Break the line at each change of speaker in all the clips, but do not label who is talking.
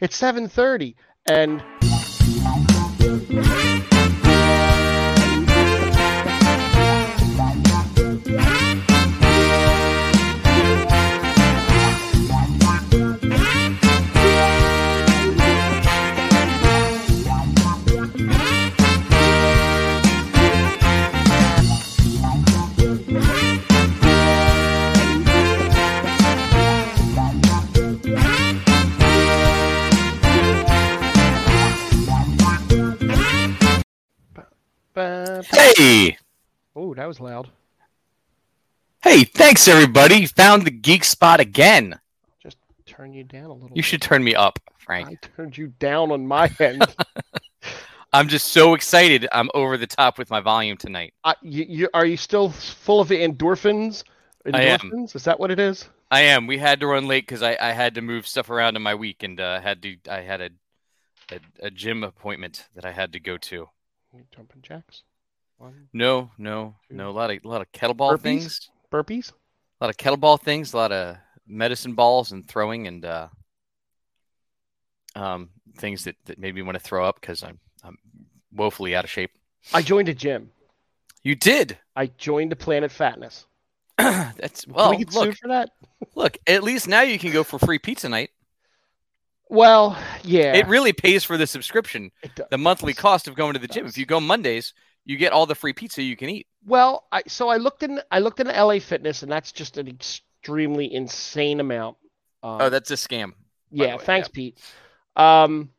It's seven thirty, and
Hey!
oh, that was loud.
Hey, thanks everybody. Found the geek spot again.
Just turn you down a little.
You should turn me up,
bit.
Frank.
I turned you down on my end.
I'm just so excited. I'm over the top with my volume tonight.
I, you, you, are you still full of the endorphins? Endorphins?
I am.
Is that what it is?
I am. We had to run late because I, I had to move stuff around in my week and uh, had to. I had a, a a gym appointment that I had to go to.
Jumping jacks. One.
No, no, no. A lot of a lot of kettleball
Burpees?
things.
Burpees.
A lot of kettleball things. A lot of medicine balls and throwing and uh, um, things that that made me want to throw up because I'm I'm woefully out of shape.
I joined a gym.
You did.
I joined the Planet Fatness.
That's
Can
well.
we get
look,
sued for that?
look. At least now you can go for free pizza night.
Well, yeah.
It really pays for the subscription,
It do-
the monthly
does.
cost of going to the gym.
does.
If you go Mondays, you get all the free pizza you can eat.
Well, I so I looked in I looked in LA Fitness, and that's just an extremely insane amount. Um,
Oh, that's a scam. the
yeah.
way,
thanks, Pete. Um,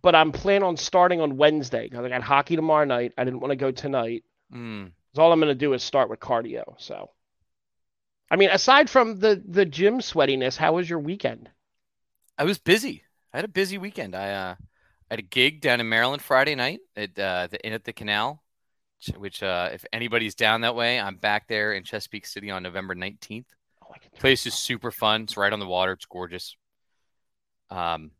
but I'm planning on starting on Wednesday because I got hockey tomorrow night. I didn't want to go tonight.
Mm.
'Cause all I'm going to do is start with cardio. So, I mean, aside from the the gym sweatiness, how was your weekend?
I was busy. I had a busy weekend. I uh, I had a gig down in Maryland Friday night at uh, the Inn at the Canal, which- which uh, if anybody's down that way, I'm back there in Chesapeake City on November 19th.
Oh, I can turn
place is
it
super fun. It's right on the water. It's gorgeous. Um,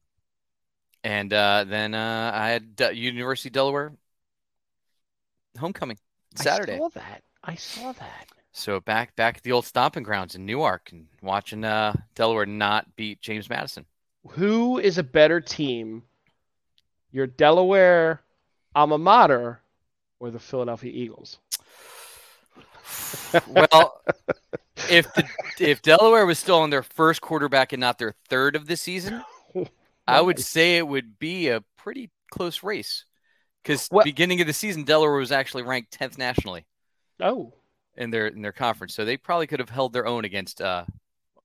and uh, then uh, I had D- University of Delaware homecoming
off.
Saturday.
I saw that. I saw that.
So back back at the old stomping grounds in Newark and watching uh, Delaware not beat James Madison.
Who is a better team, your Delaware alma mater or the Philadelphia Eagles?
well, if the, if Delaware was still on their first quarterback and not their third of the season, I would say it would be a pretty close race because
Well-
beginning of the season, Delaware was actually ranked tenth nationally
Oh,
in their in their conference, so they probably could have held their own against uh,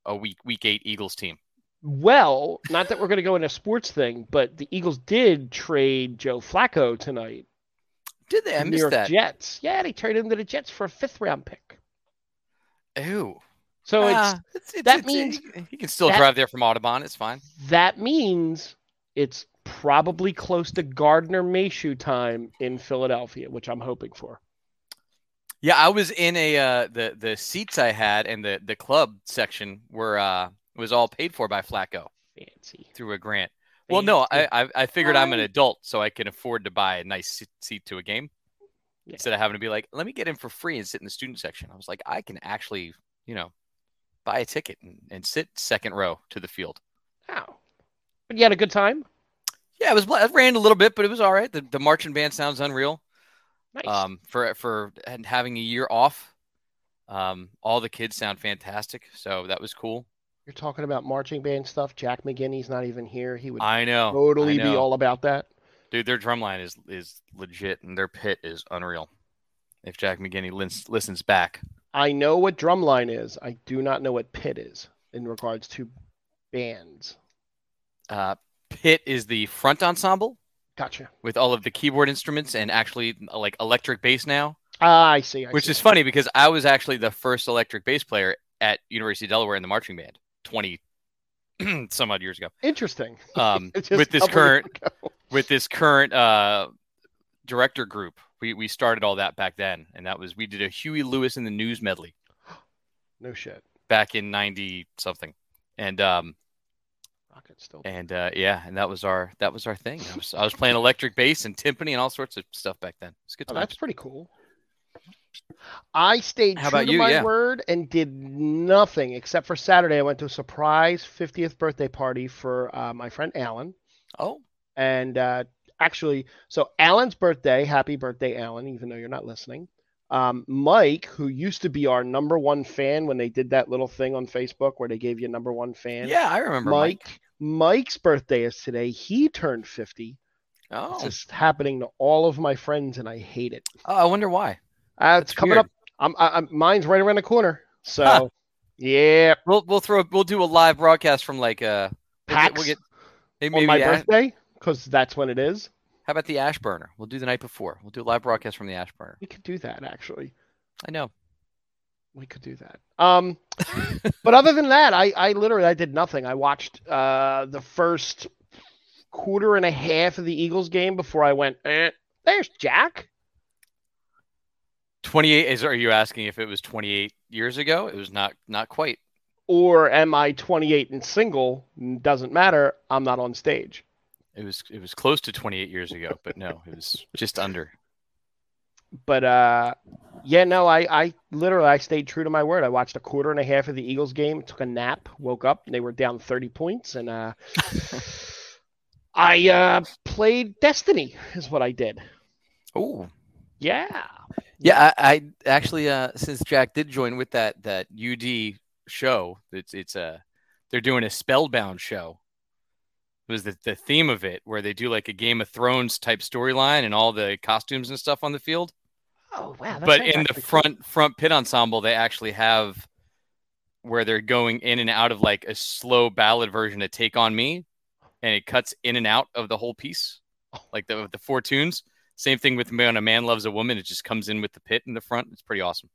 a week week eight Eagles team.
well, not that we're going to go into sports thing, but the Eagles did trade Joe Flacco tonight.
Did they?
to
I
the New
missed
York
that.
Jets. Yeah, they traded him to the Jets for a fifth round pick.
Ew.
So
Ah, it's- it's-
that
it's-
means-
he can still
that-
drive there from Audubon. It's fine.
it's that means it's probably close to Gardner Minshew time in Philadelphia, which I'm hoping for.
Yeah, I was in a uh, the the seats I had and the the club section were uh, was all paid for by Flacco
Fancy.
through a grant. Well, no, I, I I figured I'm an adult, so I can afford to buy a nice se- seat to a game
Yeah.
instead of having to be like, let me get in for free and sit in the student section. I was like, I can actually, you know, buy a ticket and, and sit second row to the field.
Wow. But you had a good time?
Yeah, it was. bl- I ran a little bit, but it was all right. The, the marching band sounds unreal.
Nice.
Um, for for and having a year off, um, all the kids sound fantastic, so that was cool.
You're talking about marching band stuff. Jack McGinney's not even here. He would
I know, I
totally be
know.
all about that.
Dude, their drum line is is legit, and their pit is unreal. If Jack McGinney lins- listens back,
I know what drumline is. I do not know what pit is in regards to bands.
uh, pit is the front ensemble
Gotcha.
with all of the keyboard instruments and actually uh, like electric bass now,
Ah, I see. I
which
see.
is funny because I was actually the first electric bass player at University of Delaware in the marching band twenty some odd years ago.
interesting.
Um,
It's just
with this
a couple years
current
ago.
with this current uh, director group, we we started all that back then, and that was we did a Huey Lewis in the News medley.
No shit.
back in 90 something and um
Rocket still.
and uh yeah and that was our that was our thing i was, I was playing electric bass and timpani and all sorts of stuff back then it's a good
Oh,
times.
that's pretty cool. I stayed
How
true
about
to
you?
my
Yeah.
word and did nothing except for Saturday. I went to a surprise 50th birthday party for uh, my friend Alan.
Oh,
And uh, actually, so Alan's birthday, happy birthday, Alan, even though you're not listening. Um, Mike, who used to be our number one fan when they did that little thing on Facebook where they gave you number one fan.
yeah, I remember Mike.
Mike, Mike's birthday is today. He turned 50.
Oh,
It's just happening to all of my friends, and I hate it.
Oh, I wonder why.
Uh, it's
That's
coming
weird.
up. I'm, I- I'm mine's right around the corner. So
Huh.
yeah,
We'll we'll throw we'll do a live broadcast from like uh we'll get,
PAX
we'll get maybe,
on my
the Ash-
birthday because that's when it is.
how about the ash burner? We'll do the night before. We'll do a live broadcast from the ash burner.
We could do that actually.
I know.
We could do that. Um, but other than that, I, I literally I did nothing. I watched uh the first quarter and a half of the Eagles game before I went. Eh, there's Jack.
28 is are you asking if it was 28 years ago? It was not not quite.
Or am I 28 and single? Doesn't matter. I'm not on stage.
It was it was close to 28 years ago, but no, it was just under.
but uh yeah no i i literally i stayed true to my word i watched a quarter and a half of the eagles game took a nap woke up and they were down 30 points and uh i uh played destiny is what i did
Oh.
yeah
Yeah, I, I actually uh since Jack did join with that that UD show, it's it's uh, they're doing a spellbound show. It was the, the theme of it where they do like a Game of Thrones type storyline and all the costumes and stuff on the field.
oh wow that
but
sounds
in the
actually cool.
front front pit ensemble, they actually have where they're going in and out of like a slow ballad version of Take On Me, and it cuts in and out of the whole piece,
Oh.
like the the four tunes. Same thing with when a man loves a woman; it just comes in with the pit in the front. It's pretty awesome.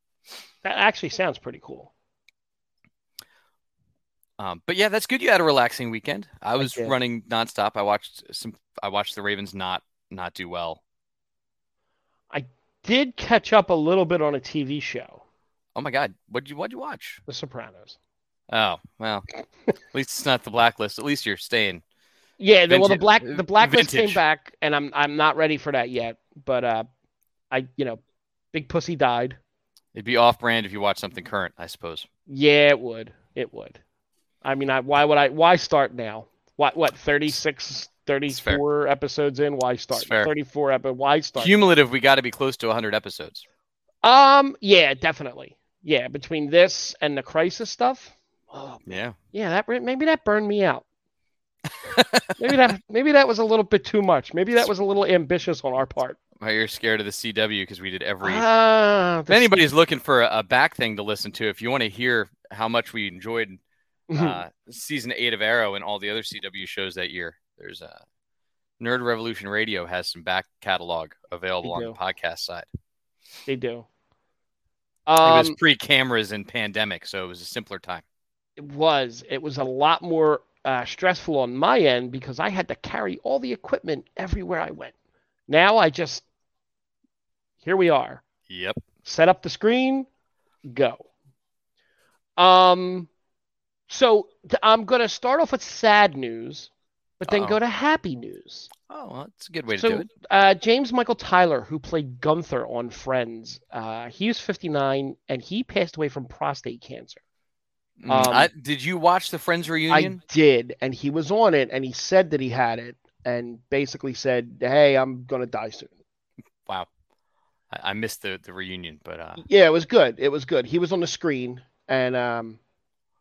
that actually sounds pretty cool
Um, but yeah, that's good. You had a relaxing weekend. I was
did.
running nonstop. I watched some. I watched the Ravens not not do well.
did catch up a little bit on a tv show
Oh my god, what you what'd you watch?
the sopranos
Oh well, at least it's not the blacklist. At least you're staying.
yeah the, well the
Vintage- uh,
black the blacklist came
vintage.
back and i'm i'm not ready for that yet but uh i you know big pussy died
It'd be off brand if you watch something current, I suppose.
Yeah, it would. It would. I mean, I why would I why start now? What what 36
fair.
34 episodes in, why start?
fair.
34 epi- why start?
Cumulative, we got to be close to 100 episodes.
um yeah, definitely. Yeah, between this and the crisis stuff. Oh,
Yeah.
yeah, that re- maybe that burned me out. maybe that maybe that was a little bit too much. Maybe that was a little ambitious on our part.
Why you're scared of the CW because we did every.
Ah,
if
this-
anybody's looking for a, a back thing to listen to, if you want to hear how much we enjoyed uh, season eight of Arrow and all the other CW shows that year, there's a Nerd Revolution Radio has some back catalog available on
They
the podcast side.
they do.
it
Um,
was pre cameras and pandemic, so it was a simpler time.
It was. It was a lot more uh, stressful on my end because I had to carry all the equipment everywhere I went. Now I just, here we are.
Yep.
Set up the screen, go. Um, so th- I'm going to start off with sad news, but then
Uh-oh.
go to happy news.
Oh, well, that's a good way to
So-
do it.
Uh, James Michael Tyler, who played Gunther on Friends, uh, he was 59 and he passed away from prostate cancer.
Mm,
um,
I, did you watch the Friends reunion?
I did, and he was on it, and he said that he had it, and basically said, "Hey, I'm gonna die soon."
Wow. I, I missed the, the reunion, but uh,
Yeah, it was good. It was good. He was on the screen, and um,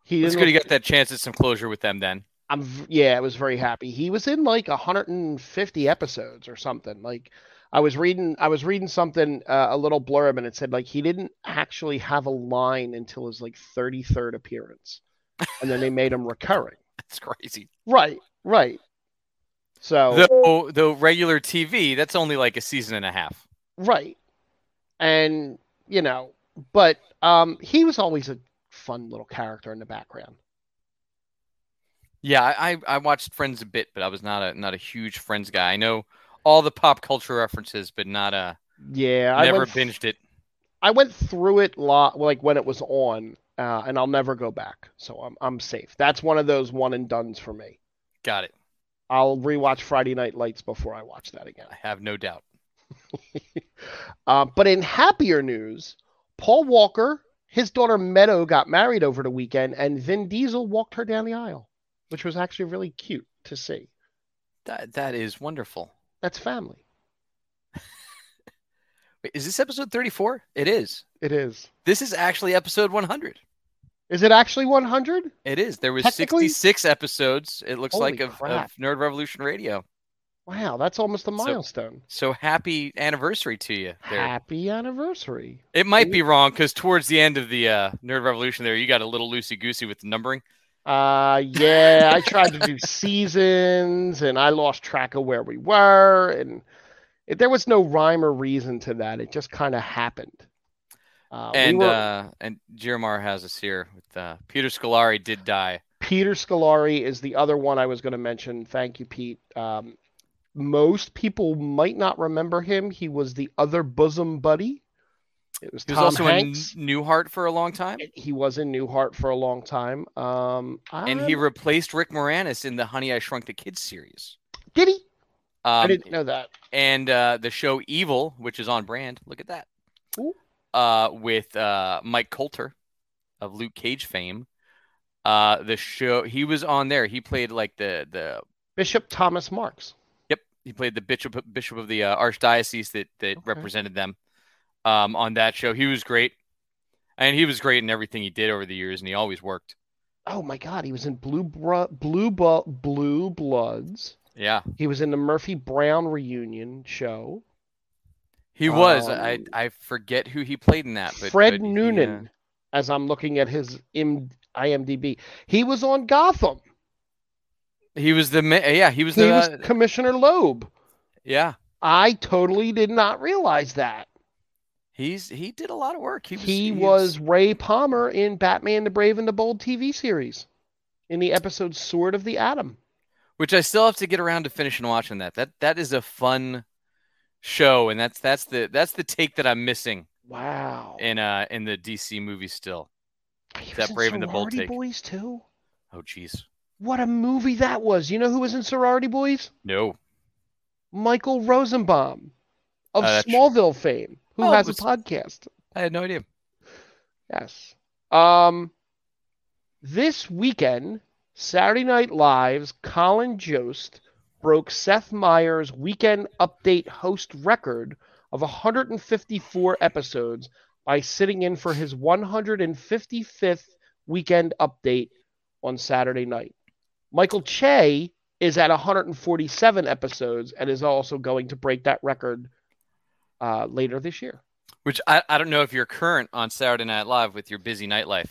he
it's
didn't
good he
look-
got that chance at some closure with them then.
I'm v- yeah, I was very happy. He was in like 150 episodes or something. Like I was reading, I was reading something, uh, a little blurb, and it said like he didn't actually have a line until his like 33rd appearance, and then they made him recurring.
That's crazy.
Right, right. So
Though, though regular TV, that's only like a season and a half.
Right. And, you know, but um he was always a fun little character in the background.
Yeah, I, I I watched Friends a bit, but I was not a not a huge Friends guy. I know all the pop culture references, but not a
Yeah, I
never
went,
binged it.
I went through it lot like when it was on, uh, and I'll never go back. So I'm I'm safe. That's one of those one and dones for me.
Got it.
I'll rewatch Friday Night Lights before I watch that again.
I have no doubt.
Uh, but in happier news, Paul Walker, his daughter Meadow got married over the weekend, and Vin Diesel walked her down the aisle, which was actually really cute to see.
That that is wonderful.
That's family.
Wait, is this episode 34? It is.
It is.
This is actually episode 100.
Is it actually 100?
It is. There was
Technically-
66 episodes. It looks
Holy
like of,
crap.
of Nerd Revolution Radio.
Wow, that's almost a
So-
milestone.
So happy anniversary to you there.
Happy anniversary.
It might be wrong because towards the end of the uh, Nerd Revolution, there you got a little loosey goosey with the numbering.
Uh yeah, I tried to do seasons and I lost track of where we were and it, there was no rhyme or reason to that. It just kind of happened. Uh, we
and
were-
uh, and Jeremar has us here with uh, Peter Scolari did die.
Peter Scolari is the other one I was going to mention. Thank you, Pete. Um, most people might not remember him. He was the other bosom buddy. It was
He was
Tom
also
Hanks.
in Newhart for a long time,
He was in Newhart for a long time. Um,
and he replaced Rick Moranis in the Honey I Shrunk the Kids series.
did he? I
Um,
didn't know that.
and uh, the show Evil, which is on brand. Look at that.
Ooh.
Uh, with uh, Mike Coulter of Luke Cage fame. Uh, the show he was on there. He played like the the
Bishop Thomas Marks.
Yep, he played the bishop bishop of the uh, archdiocese that that
Okay.
represented them um, on that show. He was great, and he was great in everything he did over the years, and he always worked.
Oh my God, he was in Blue Bro- Blue Bu- Blue Bloods.
Yeah,
He was in the Murphy Brown reunion show.
he was. I
Um,
I forget who he played in that. But,
Fred
but he, uh,
Noonan, as I'm looking at his im- IMDb, he was on Gotham.
uh, He, was the ma- yeah. He was
He
the
was
uh,
Commissioner Loeb.
yeah.
I totally did not realize that.
He's he did a lot of work. He
He
was,
was, Ray Palmer in Batman the Brave and the Bold TV series in the episode Sword of the Atom.
which I still have to get around to finishing watching that. That that is a fun show, and that's that's the that's the take that I'm missing
Wow.
in uh in the DC movie still.
He
that
was in
Brave and the Bold
Sorority
take.
Boys too.
Oh jeez.
What a movie that was. You know who was in Sorority Boys?
No.
Michael Rosenbaum of
Uh, that's-
Smallville fame, who
Oh,
has
was-
a podcast.
I had no idea.
Yes. Um, this weekend, Saturday Night Live's Colin Jost broke Seth Meyers' weekend update host record of 154 episodes by sitting in for his 155th weekend update on Saturday night. Michael Che is at 147 episodes and is also going to break that record uh, later this year.
Which I, I don't know if you're current on Saturday Night Live with your busy nightlife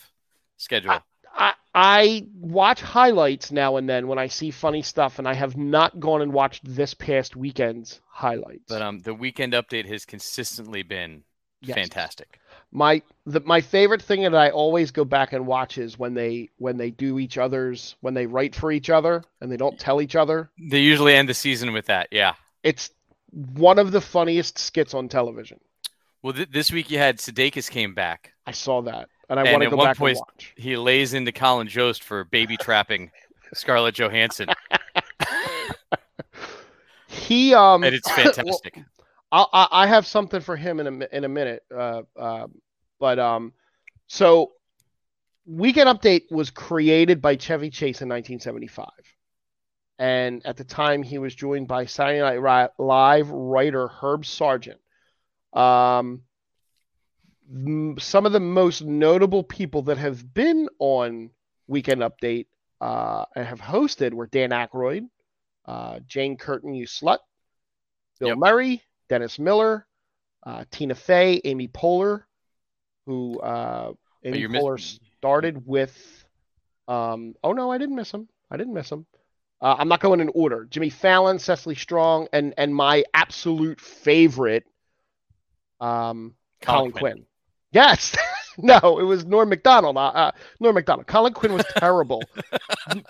schedule.
I I watch highlights now and then when I see funny stuff, and I have not gone and watched this past weekend's highlights.
but um the weekend update has consistently been
Yes.
fantastic.
My the, my favorite thing that I always go back and watch is when they when they do each other's when they write for each other and they don't tell each other.
They usually end the season with that, yeah.
It's one of the funniest skits on television.
Well, th- this week you had Sudeikis came back.
I saw that, and I
And
want to
at
go
one
back
point-
and watch.
He lays into Colin Jost for baby trapping Scarlett Johansson,
He um
and it's
well,
fantastic.
I'll, I I have something for him in a mi- in a minute. Uh, uh, but um, so Weekend Update was created by Chevy Chase in 1975, and at the time he was joined by Saturday Night Ri- Live writer Herb Sargent. Um, m- some of the most notable people that have been on Weekend Update uh, and have hosted were Dan Aykroyd, uh, Jane Curtin, you slut, Bill
Yep.
Murray, Dennis Miller, uh, Tina Fey, Amy Poehler, who uh, Amy
Oh, you're miss-
Poehler started with. Um, oh no, I didn't miss him. I didn't miss him. Uh, I'm not going in order. Jimmy Fallon, Cecily Strong, and and my absolute favorite, um, Colin Quinn. Yes. no, it was Norm McDonald. Uh, uh, Norm McDonald. Colin Quinn was terrible.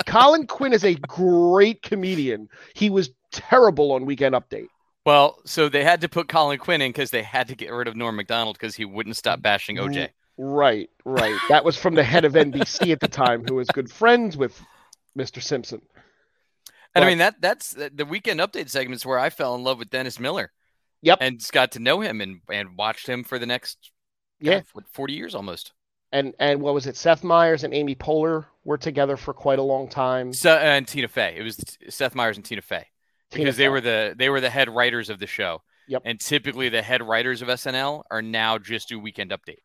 Colin Quinn is a great comedian. He was terrible on Weekend Update.
Well, so they had to put Colin Quinn in because they had to get rid of Norm Macdonald because he wouldn't stop bashing OJ.
Right, right. That was from the head of NBC at the time, who was good friends with Mr. Simpson.
And I
But-
mean that that's uh, the the weekend update segments where I fell in love with Dennis Miller.
Yep.
And just got to know him and and watched him for the next God,
Yeah.
what, 40 years almost.
And and what was it? Seth Meyers and Amy Poehler were together for quite a long time.
So, uh, and Tina Fey. It was t- Seth Meyers and Tina Fey
Tina
because they
Fey.
were the they were the head writers of the show.
Yep.
And typically the head writers of SNL are now just do Weekend Update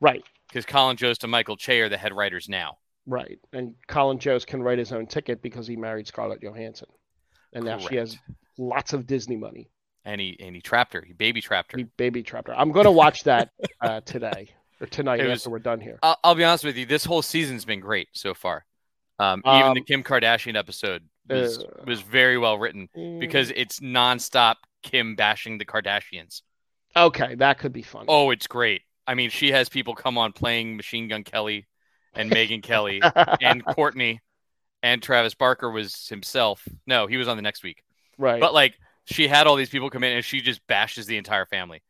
right,
because Colin Jost and Michael Che are the head writers now.
right. And Colin Jost can write his own ticket because he married Scarlett Johansson, and now she has lots of Disney money.
and he and he trapped her. He baby trapped her.
He baby trapped her. I'm going to watch that uh, today or tonight after
It was-
we're done here.
I'll, I'll be honest with you. This whole season's been great so far. Um, even the
Um,
Kim Kardashian episode was
uh,
was very well written
Mm.
because it's nonstop Kim bashing the Kardashians.
okay, that could be fun.
Oh, it's great. I mean, she has people come on playing Machine Gun Kelly and Megan Kelly and Courtney and Travis Barker was himself. No, he was on the next week.
right.
But like she had all these people come in and she just bashes the entire family.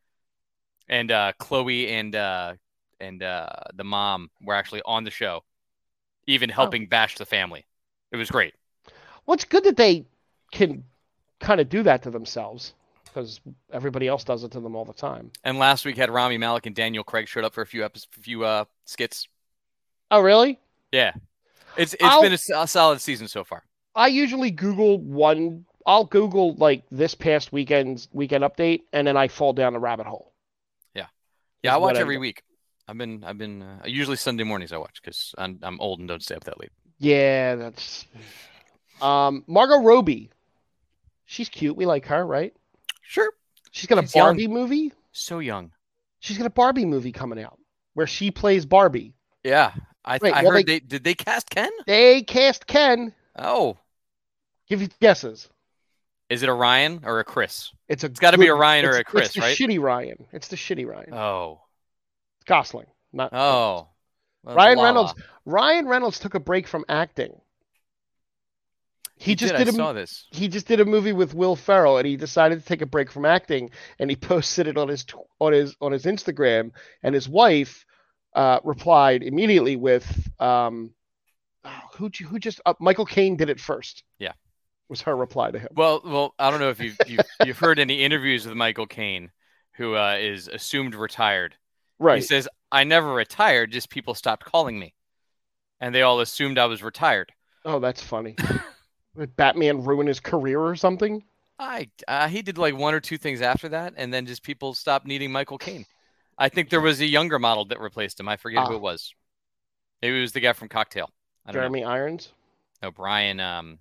And uh Chloe and uh and uh the mom were actually on the show,
Oh.
even helping bash the family. It was great.
Well, it's good that they can kind of do that to themselves because everybody else does it to them all the time.
And last week had Rami Malik and Daniel Craig showed up for a few episodes, few uh skits.
Oh, really?
It's it's
I'll-
been a, so- solid season so far.
I usually Google one. I'll Google like this past weekend's weekend update, and then I fall down a rabbit hole.
Yeah,
Is
I watch
what I
every
do.
week. I've been I've been uh, usually Sunday mornings I watch because I'm I'm old and don't stay up that late.
Yeah, that's. Um, Margot Robbie, she's cute. We like her, right?
Sure,
She's got a
She's young.
Barbie movie.
so young.
She's got a Barbie movie coming out where she plays Barbie.
Yeah, I,
Wait,
I
well,
heard they did they cast Ken.
They cast Ken.
Oh,
Give you guesses.
Is it a Ryan or a Chris?
It's a.
It's got to be
good-
a Ryan or
it's-
a Chris,
It's the
right?
shitty Ryan. It's the shitty Ryan.
Oh,
Gosling. Not
oh. Well,
Ryan
la la.
Reynolds. Ryan Reynolds took a break from acting. He, just did,
I
a
saw this.
he just did a movie with Will Ferrell, and he decided to take a break from acting, and he posted it on his tw- on his on his Instagram, and his wife uh, replied immediately with, um, oh, "Who ju- who just uh, Michael Caine did it first.
Yeah.
was her reply to him.
Well, well, I don't know if you've you've, you've heard any interviews with Michael Caine, who uh, is assumed retired. He
Right.
says, "I never retired; just people stopped calling me, and they all assumed I was retired."
oh, that's funny. Did Batman ruin his career or something?
I uh, he did like one or two things after that, and then just people stopped needing Michael Caine. I think there was a younger model that replaced him. I forget
Ah.
who it was. Maybe it was the guy from Cocktail. I don't know.
Jeremy Irons.
No, Brian. Um,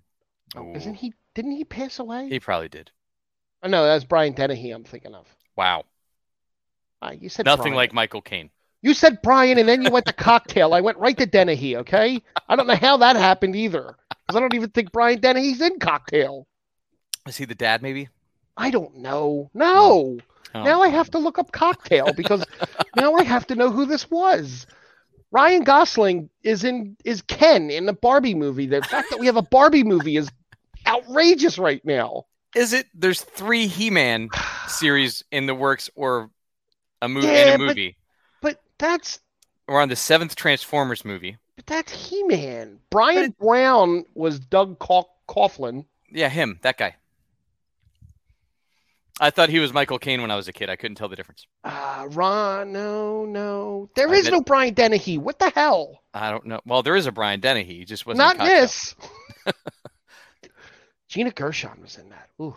Oh,
ooh,
isn't he? Didn't he pass away?
he probably did.
Oh, no, that's Brian Dennehy. I'm thinking of.
Wow,
Ah, you said
nothing
Brian.
like Michael Caine.
you said Brian, and then you went to cocktail. I went right to Dennehy. Okay, I don't know how that happened either, because I don't even think Brian Dennehy's in cocktail.
Is he the dad? Maybe.
I don't know. No,
Oh.
now I have to look up cocktail because now I have to know who this was. Ryan Gosling is in is Ken in the Barbie movie. The fact that we have a Barbie movie is outrageous right now.
Is it? There's three He-Man series in the works, or a movie
Yeah,
in a
but-
movie.
But that's
We're on the seventh Transformers movie.
But that's He Man. Brian Brown was Doug Cough- Coughlin.
Yeah, him, that guy. I thought he was Michael Caine when I was a kid. I couldn't tell the difference.
Uh, Ron, no, no. there
I
is
bet-
no Brian Dennehy. What the hell?
I don't know. Well, there is a Brian Dennehy. He just wasn't. in
Not
Cocktail.
this. Gina Gershon was in that. Ooh.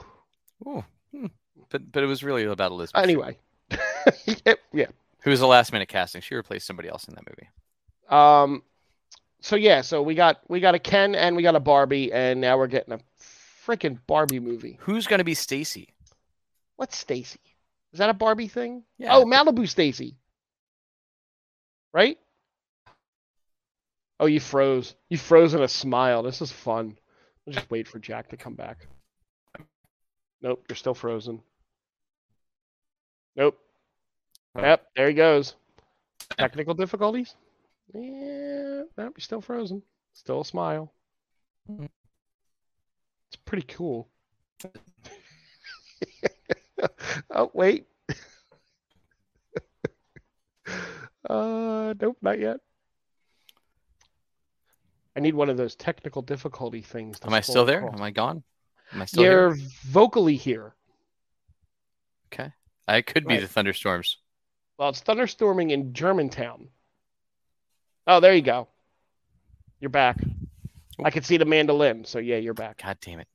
Ooh, hmm. But but it was really about Elizabeth.
Anyway. yeah.
who was a last minute casting. She replaced somebody else in that movie.
Um. So yeah. So we got we got a Ken and we got a Barbie and now we're getting a freaking Barbie movie.
Who's gonna be Stacy?
What's Stacy? Is that a Barbie thing?
Yeah.
Oh, Malibu Stacy. Right? Oh, you froze. You froze in a smile. This is fun. I'll just wait for Jack to come back. Nope, you're still frozen. Nope.
Oh.
Yep, there he goes. Technical difficulties? Yeah, nope, you're still frozen. Still a smile.
Mm.
It's pretty cool. oh, wait. Uh, nope, not yet. I need one of those technical difficulty things. to
Am I
scroll
still there?
across.
Am I gone? Am I still here?
You're vocally here.
I could be
Right.
the thunderstorms.
Well, it's thunderstorming in Germantown. Oh, there you go. You're back. I could see the mandolin, so yeah, you're back.
God damn it.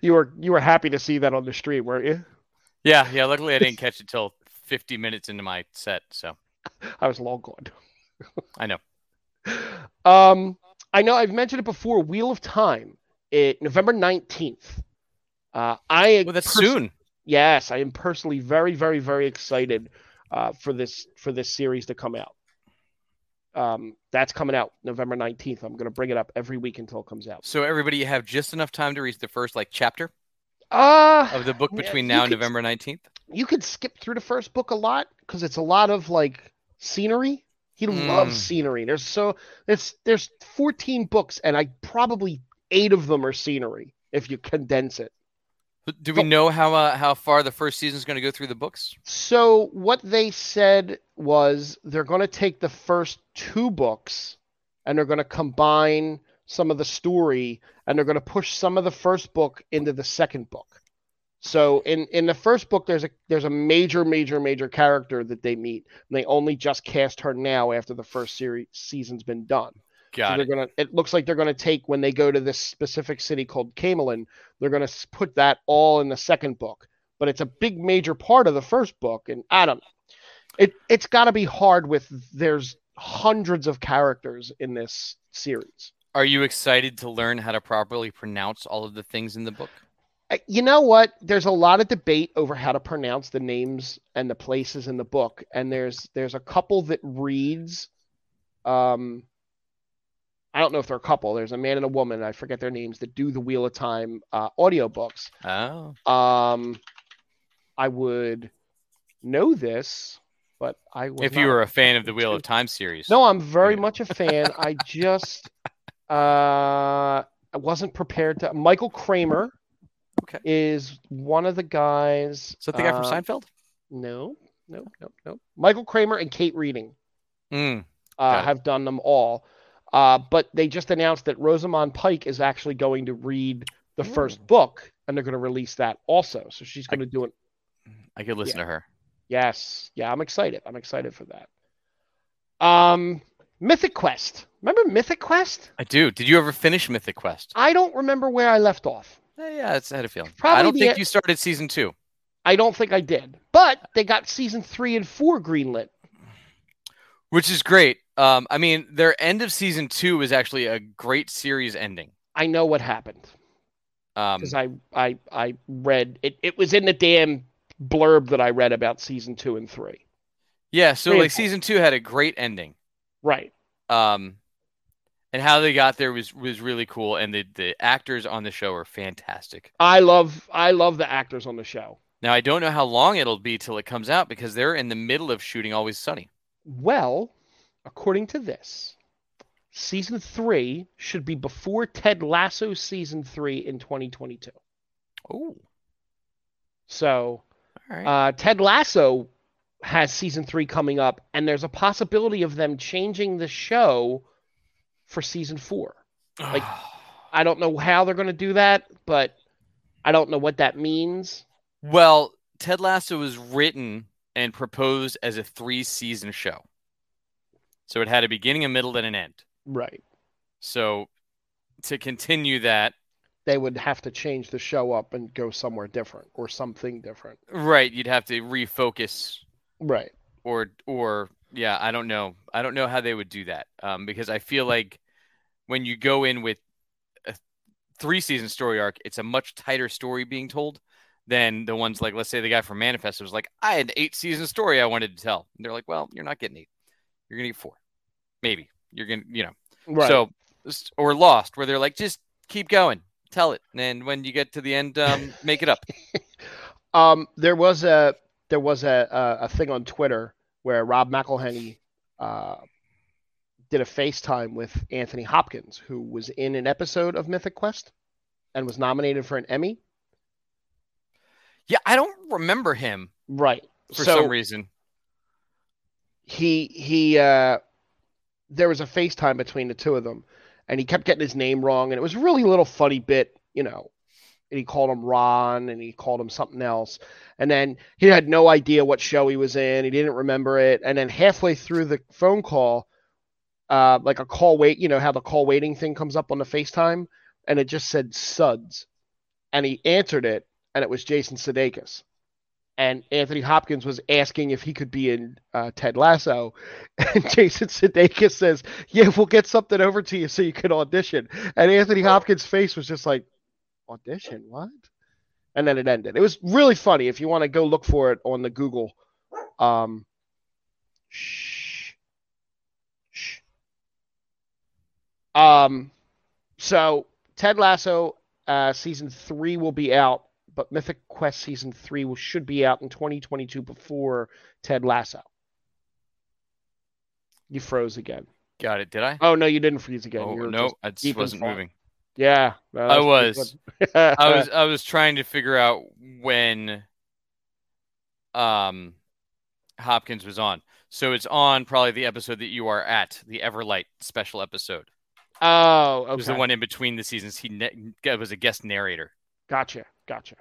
You were you were happy to see that on the street, weren't you?
Yeah, yeah. Luckily, I didn't catch it till 50 minutes into my set, so
I was long gone.
I know.
Um, I know I've mentioned it before. Wheel of Time, it November nineteenth. Uh, I
Well, that's
pers-
soon.
Yes, I am personally very, very, very excited uh, for this for this series to come out. Um, that's coming out November nineteenth. I'm going to bring it up every week until it comes out.
So everybody, you have just enough time to read the first like chapter
Uh,
of the book between
you
now and
could-
November 19th.
you could skip through the first book a lot because it's a lot of like scenery. He
Mm.
loves scenery. There's so it's there's 14 books and I probably eight of them are scenery if you condense it.
But Do we know how uh, how far the first season is going to go through the books?
So what they said was they're going to take the first two books and they're going to combine some of the story and they're going to push some of the first book into the second book. So in in the first book there's a there's a major major major character that they meet and they only just cast her now after the first series season's been done. So
Got
they're
it.
gonna. It looks like they're gonna take when they go to this specific city called Camelin. They're gonna s- put that all in the second book, but it's a big major part of the first book. And I don't know. It it's got to be hard with there's hundreds of characters in this series.
Are you excited to learn how to properly pronounce all of the things in the book?
I- Uh, You know what? There's a lot of debate over how to pronounce the names and the places in the book, and there's there's a couple that reads. Um, I don't know if they're a couple. There's a man and a woman. I forget their names that do the Wheel of Time uh, audiobooks.
Oh,
Um, I would know this, but I was
if you
not-
were a fan of the Wheel of Time series,
no, I'm very
Yeah.
much a fan. I just uh, I wasn't prepared to. Michael Kramer
Okay.
is one of the guys.
Is that the guy
um,
from Seinfeld?
No, no, no, no. Michael Kramer and Kate Reading
Mm. Got
uh,
it.
have done them all, uh, but they just announced that Rosamond Pike is actually going to read the first book, and they're going to release that also. So she's
I-
going to do an
I could listen to her.
Yes. Yeah, I'm excited. I'm excited for that. Um, Mythic Quest. Remember Mythic Quest?
I do. Did you ever finish Mythic Quest?
I don't remember where I left off.
Eh, yeah, it's, I had a feeling. I
Probably
don't
the-
think you started season two.
I don't think I did. But they got season three and four greenlit.
which is great. Um, I mean, their end of season two is actually a great series ending.
I know what happened
Um,
because I, I I read it. It was in the damn blurb that I read about season two and three.
yeah, so
Three and
like
four.
season two had a great ending.
Right.
Um, and how they got there was was really cool, and the the actors on the show are fantastic.
I love I love the actors on the show.
Now I don't know how long it'll be till it comes out because they're in the middle of shooting Always Sunny.
Well, according to this, season three should be before Ted Lasso season three in 2022.
Oh,
So
all right.
uh, Ted Lasso has season three coming up, and there's a possibility of them changing the show for season four. like- I don't know how they're going to do that, but I don't know what that means.
well, Ted Lasso was written and proposed as a three season show, so it had a beginning, a middle, and an end.
Right.
So to continue that,
They would have to change the show up and go somewhere different or something different.
right, you'd have to refocus
Right.
or or yeah, I don't know. I don't know how they would do that. Um, because I feel like when you go in with a three season story arc, it's a much tighter story being told than the ones like let's say the guy from Manifest was like, I had an eight season story I wanted to tell. And they're like, Well, you're not getting eight. You're gonna get four. Maybe. You're gonna you know.
Right.
So, s- or Lost, where they're like, just keep going, tell it, and when you get to the end, um, make it up.
Um, there was a there was a, a, a thing on Twitter where Rob McElhenney uh, did a FaceTime with Anthony Hopkins, who was in an episode of Mythic Quest and was nominated for an Emmy.
Yeah, I don't remember him
Right.
for
so
some reason.
he he uh, there was a FaceTime between the two of them, and he kept getting his name wrong, and it was a really little funny bit, you know. and he called him Ron and he called him something else. And then he had no idea what show he was in. He didn't remember it. And then halfway through the phone call, uh, like a call wait, you know how the call waiting thing comes up on the FaceTime, and it just said Suds, and he answered it, and it was Jason Sudeikis. And Anthony Hopkins was asking if he could be in uh, Ted Lasso, and Jason Sudeikis says, "Yeah, we'll get something over to you so you can audition." And Anthony Hopkins' face was just like, audition what and then it ended it was really funny if you want to go look for it on the google um shh, shh. um so ted lasso uh season three will be out but mythic quest season three will, should be out in 2022 before ted lasso you froze again
Got it. Did I?
oh no you didn't freeze again
Oh,
You were
no,
just-
I just
deep in
wasn't
thought.
moving.
yeah no,
I
that's pretty
was.
good.
I was I was trying to figure out when um Hopkins was on. So it's on probably the episode that you are at, the Everlight special episode.
oh
It
okay
was the one in between the seasons. He ne- was a guest narrator.
Gotcha, gotcha.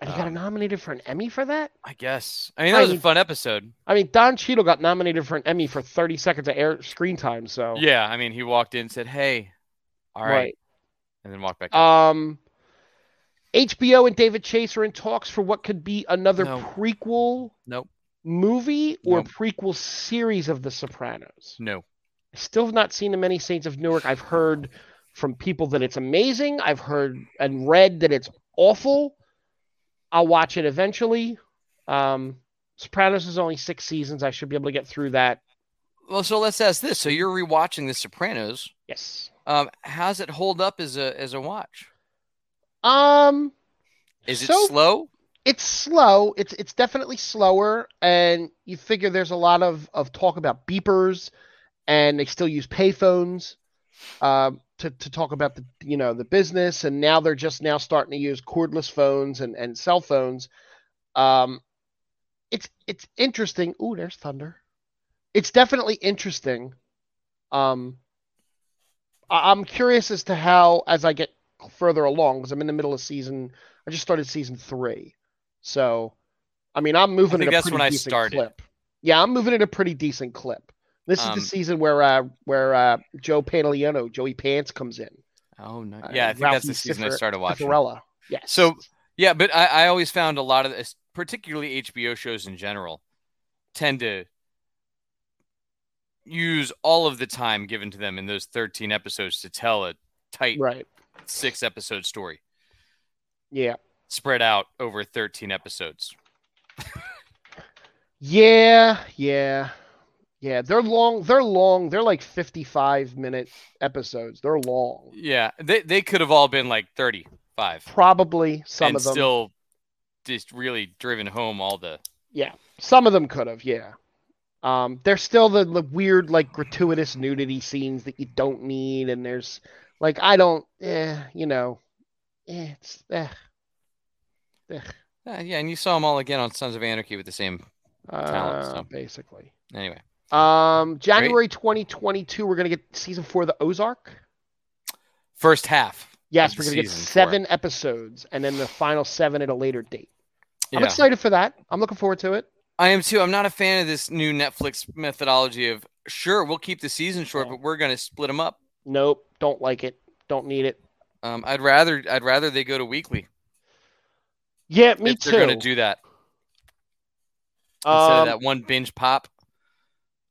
And he got
Um,
nominated for an Emmy for that?
I guess. I mean, that was a
Right.
fun episode.
I mean, Don Cheadle got nominated for an Emmy for 30 seconds of air screen time. So
Yeah, I mean, he walked in, and said, "Hey, all right," and then walked back. out.
Um, HBO and David Chase are in talks for what could be another
No.
prequel
Nope.
movie or
Nope.
prequel series of The Sopranos.
no,
I still have not seen The Many Saints of Newark. I've heard from people that it's amazing. I've heard and read that it's awful. I'll watch it eventually. Um, Sopranos is only six seasons. I should be able to get through that.
well, so let's ask this. So you're rewatching The Sopranos.
Yes.
Um, how's it hold up as a as a watch?
Um,
Is it
So-
slow?
it's slow. It's it's definitely slower, and you figure there's a lot of of talk about beepers, and they still use payphones um, to to talk about the you know the business, and now they're just now starting to use cordless phones and and cell phones. Um, it's it's interesting. Ooh, there's thunder. It's definitely interesting. Um, I- I'm curious as to how as I get further along because I'm in the middle of season. I just started season three, so I mean I'm moving.
I
at
think
a
that's
pretty
when I
decent
started.
Clip. Yeah, I'm moving at a pretty decent clip. This is
Um,
the season where uh, where uh, Joe Pantoliano, Joey Pants, comes in.
Oh no.
Uh,
Yeah, I think that's the
Ralphie
season I
Ciffer-
started watching.
Cinderella. Yes.
So yeah, but I, I always found a lot of this, particularly HBO shows in general, tend to use all of the time given to them in those 13 episodes to tell a tight
right.
six episode story
Yeah.
spread out over 13 episodes.
Yeah, yeah. Yeah, they're long. They're long. They're like 55 minute episodes. They're long.
Yeah, they, they could have all been like 35
Probably some
and
of them.
still just really driven home all the
Some of them could have, yeah. Um, there's still the, the weird, like gratuitous nudity scenes that you don't need, and there's like I don't, eh, you know, eh, it's eh.
Uh, yeah, and you saw them all again on Sons of Anarchy with the same Talent,
uh,
so.
basically.
anyway.
Um, January 2022, we're gonna get season four of the Ozark.
First half.
Yes,
the
we're gonna get
season four.
seven episodes, and then the final seven at a later date. I'm
Yeah.
excited for that. I'm looking forward to it.
I am too. I'm not a fan of this new Netflix methodology of sure we'll keep the season short,
Yeah.
but we're going to split them up.
Nope, don't like it. Don't need it.
Um, I'd rather I'd rather they go to weekly
Yeah, me
if
too.
they're going to do that instead
Um,
of that one binge pop.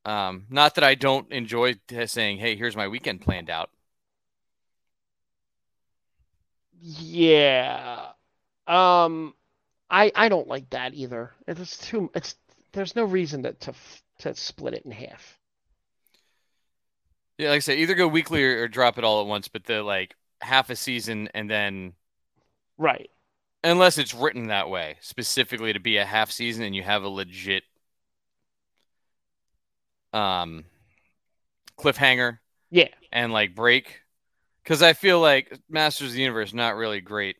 Um, not that I don't enjoy t- saying, "Hey, here's my weekend planned out."
Yeah. Um I I don't like that either. It's too it's there's no reason to to f- to split it in half.
Yeah, like I said, either go weekly or, or drop it all at once. But the like half a season and then
Right.
unless it's written that way specifically to be a half season and you have a legit um cliffhanger
Yeah.
and like break because i feel like masters of the universe not really great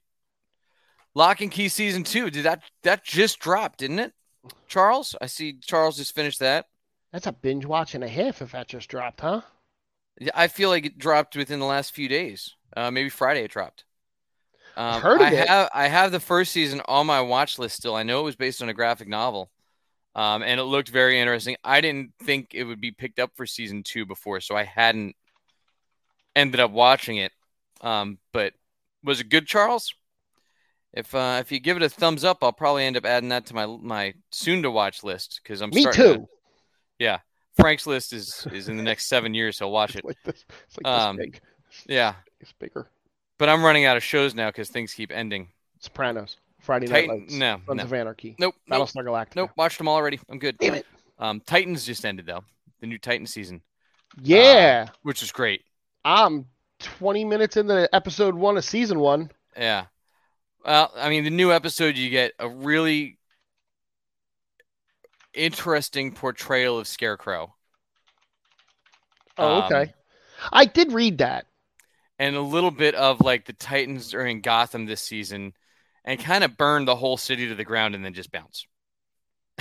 lock and key season two did that that just dropped didn't it charles i see charles just finished that
That's a binge watch and a half if that just dropped, huh?
Yeah, i feel like it dropped within the last few days uh maybe friday it dropped Um,
Heard of
I
it.
have I have the first season on my watch list still. I know it was based on a graphic novel, um, and it looked very interesting. I didn't think it would be picked up for season two before, so I hadn't ended up watching it. Um, but was it good, Charles? If uh, if you give it a thumbs up, I'll probably end up adding that to my my soon to watch list because I'm
Me
starting to-
too.
Frank's list is is in the next seven years. He'll watch it.
It's like this. It's like
Um,
this big.
Yeah,
It's bigger.
but I'm running out of shows now because things keep ending.
Sopranos. Friday Night
Titan?
Lights.
No,
Sons
no,
of Anarchy.
nope, nope,
Battlestar Galactica.
nope. Watched them all already. I'm good.
Damn it.
Um, Titans just ended though. The new Titan season,
Yeah.
which is great.
I'm 20 minutes into episode one of season one.
Yeah. Well, I mean, the new episode you get a really interesting portrayal of Scarecrow
Oh,
Um,
okay. I did read that.
and a little bit of like the Titans are in Gotham this season, and kind of burn the whole city to the ground and then just bounce.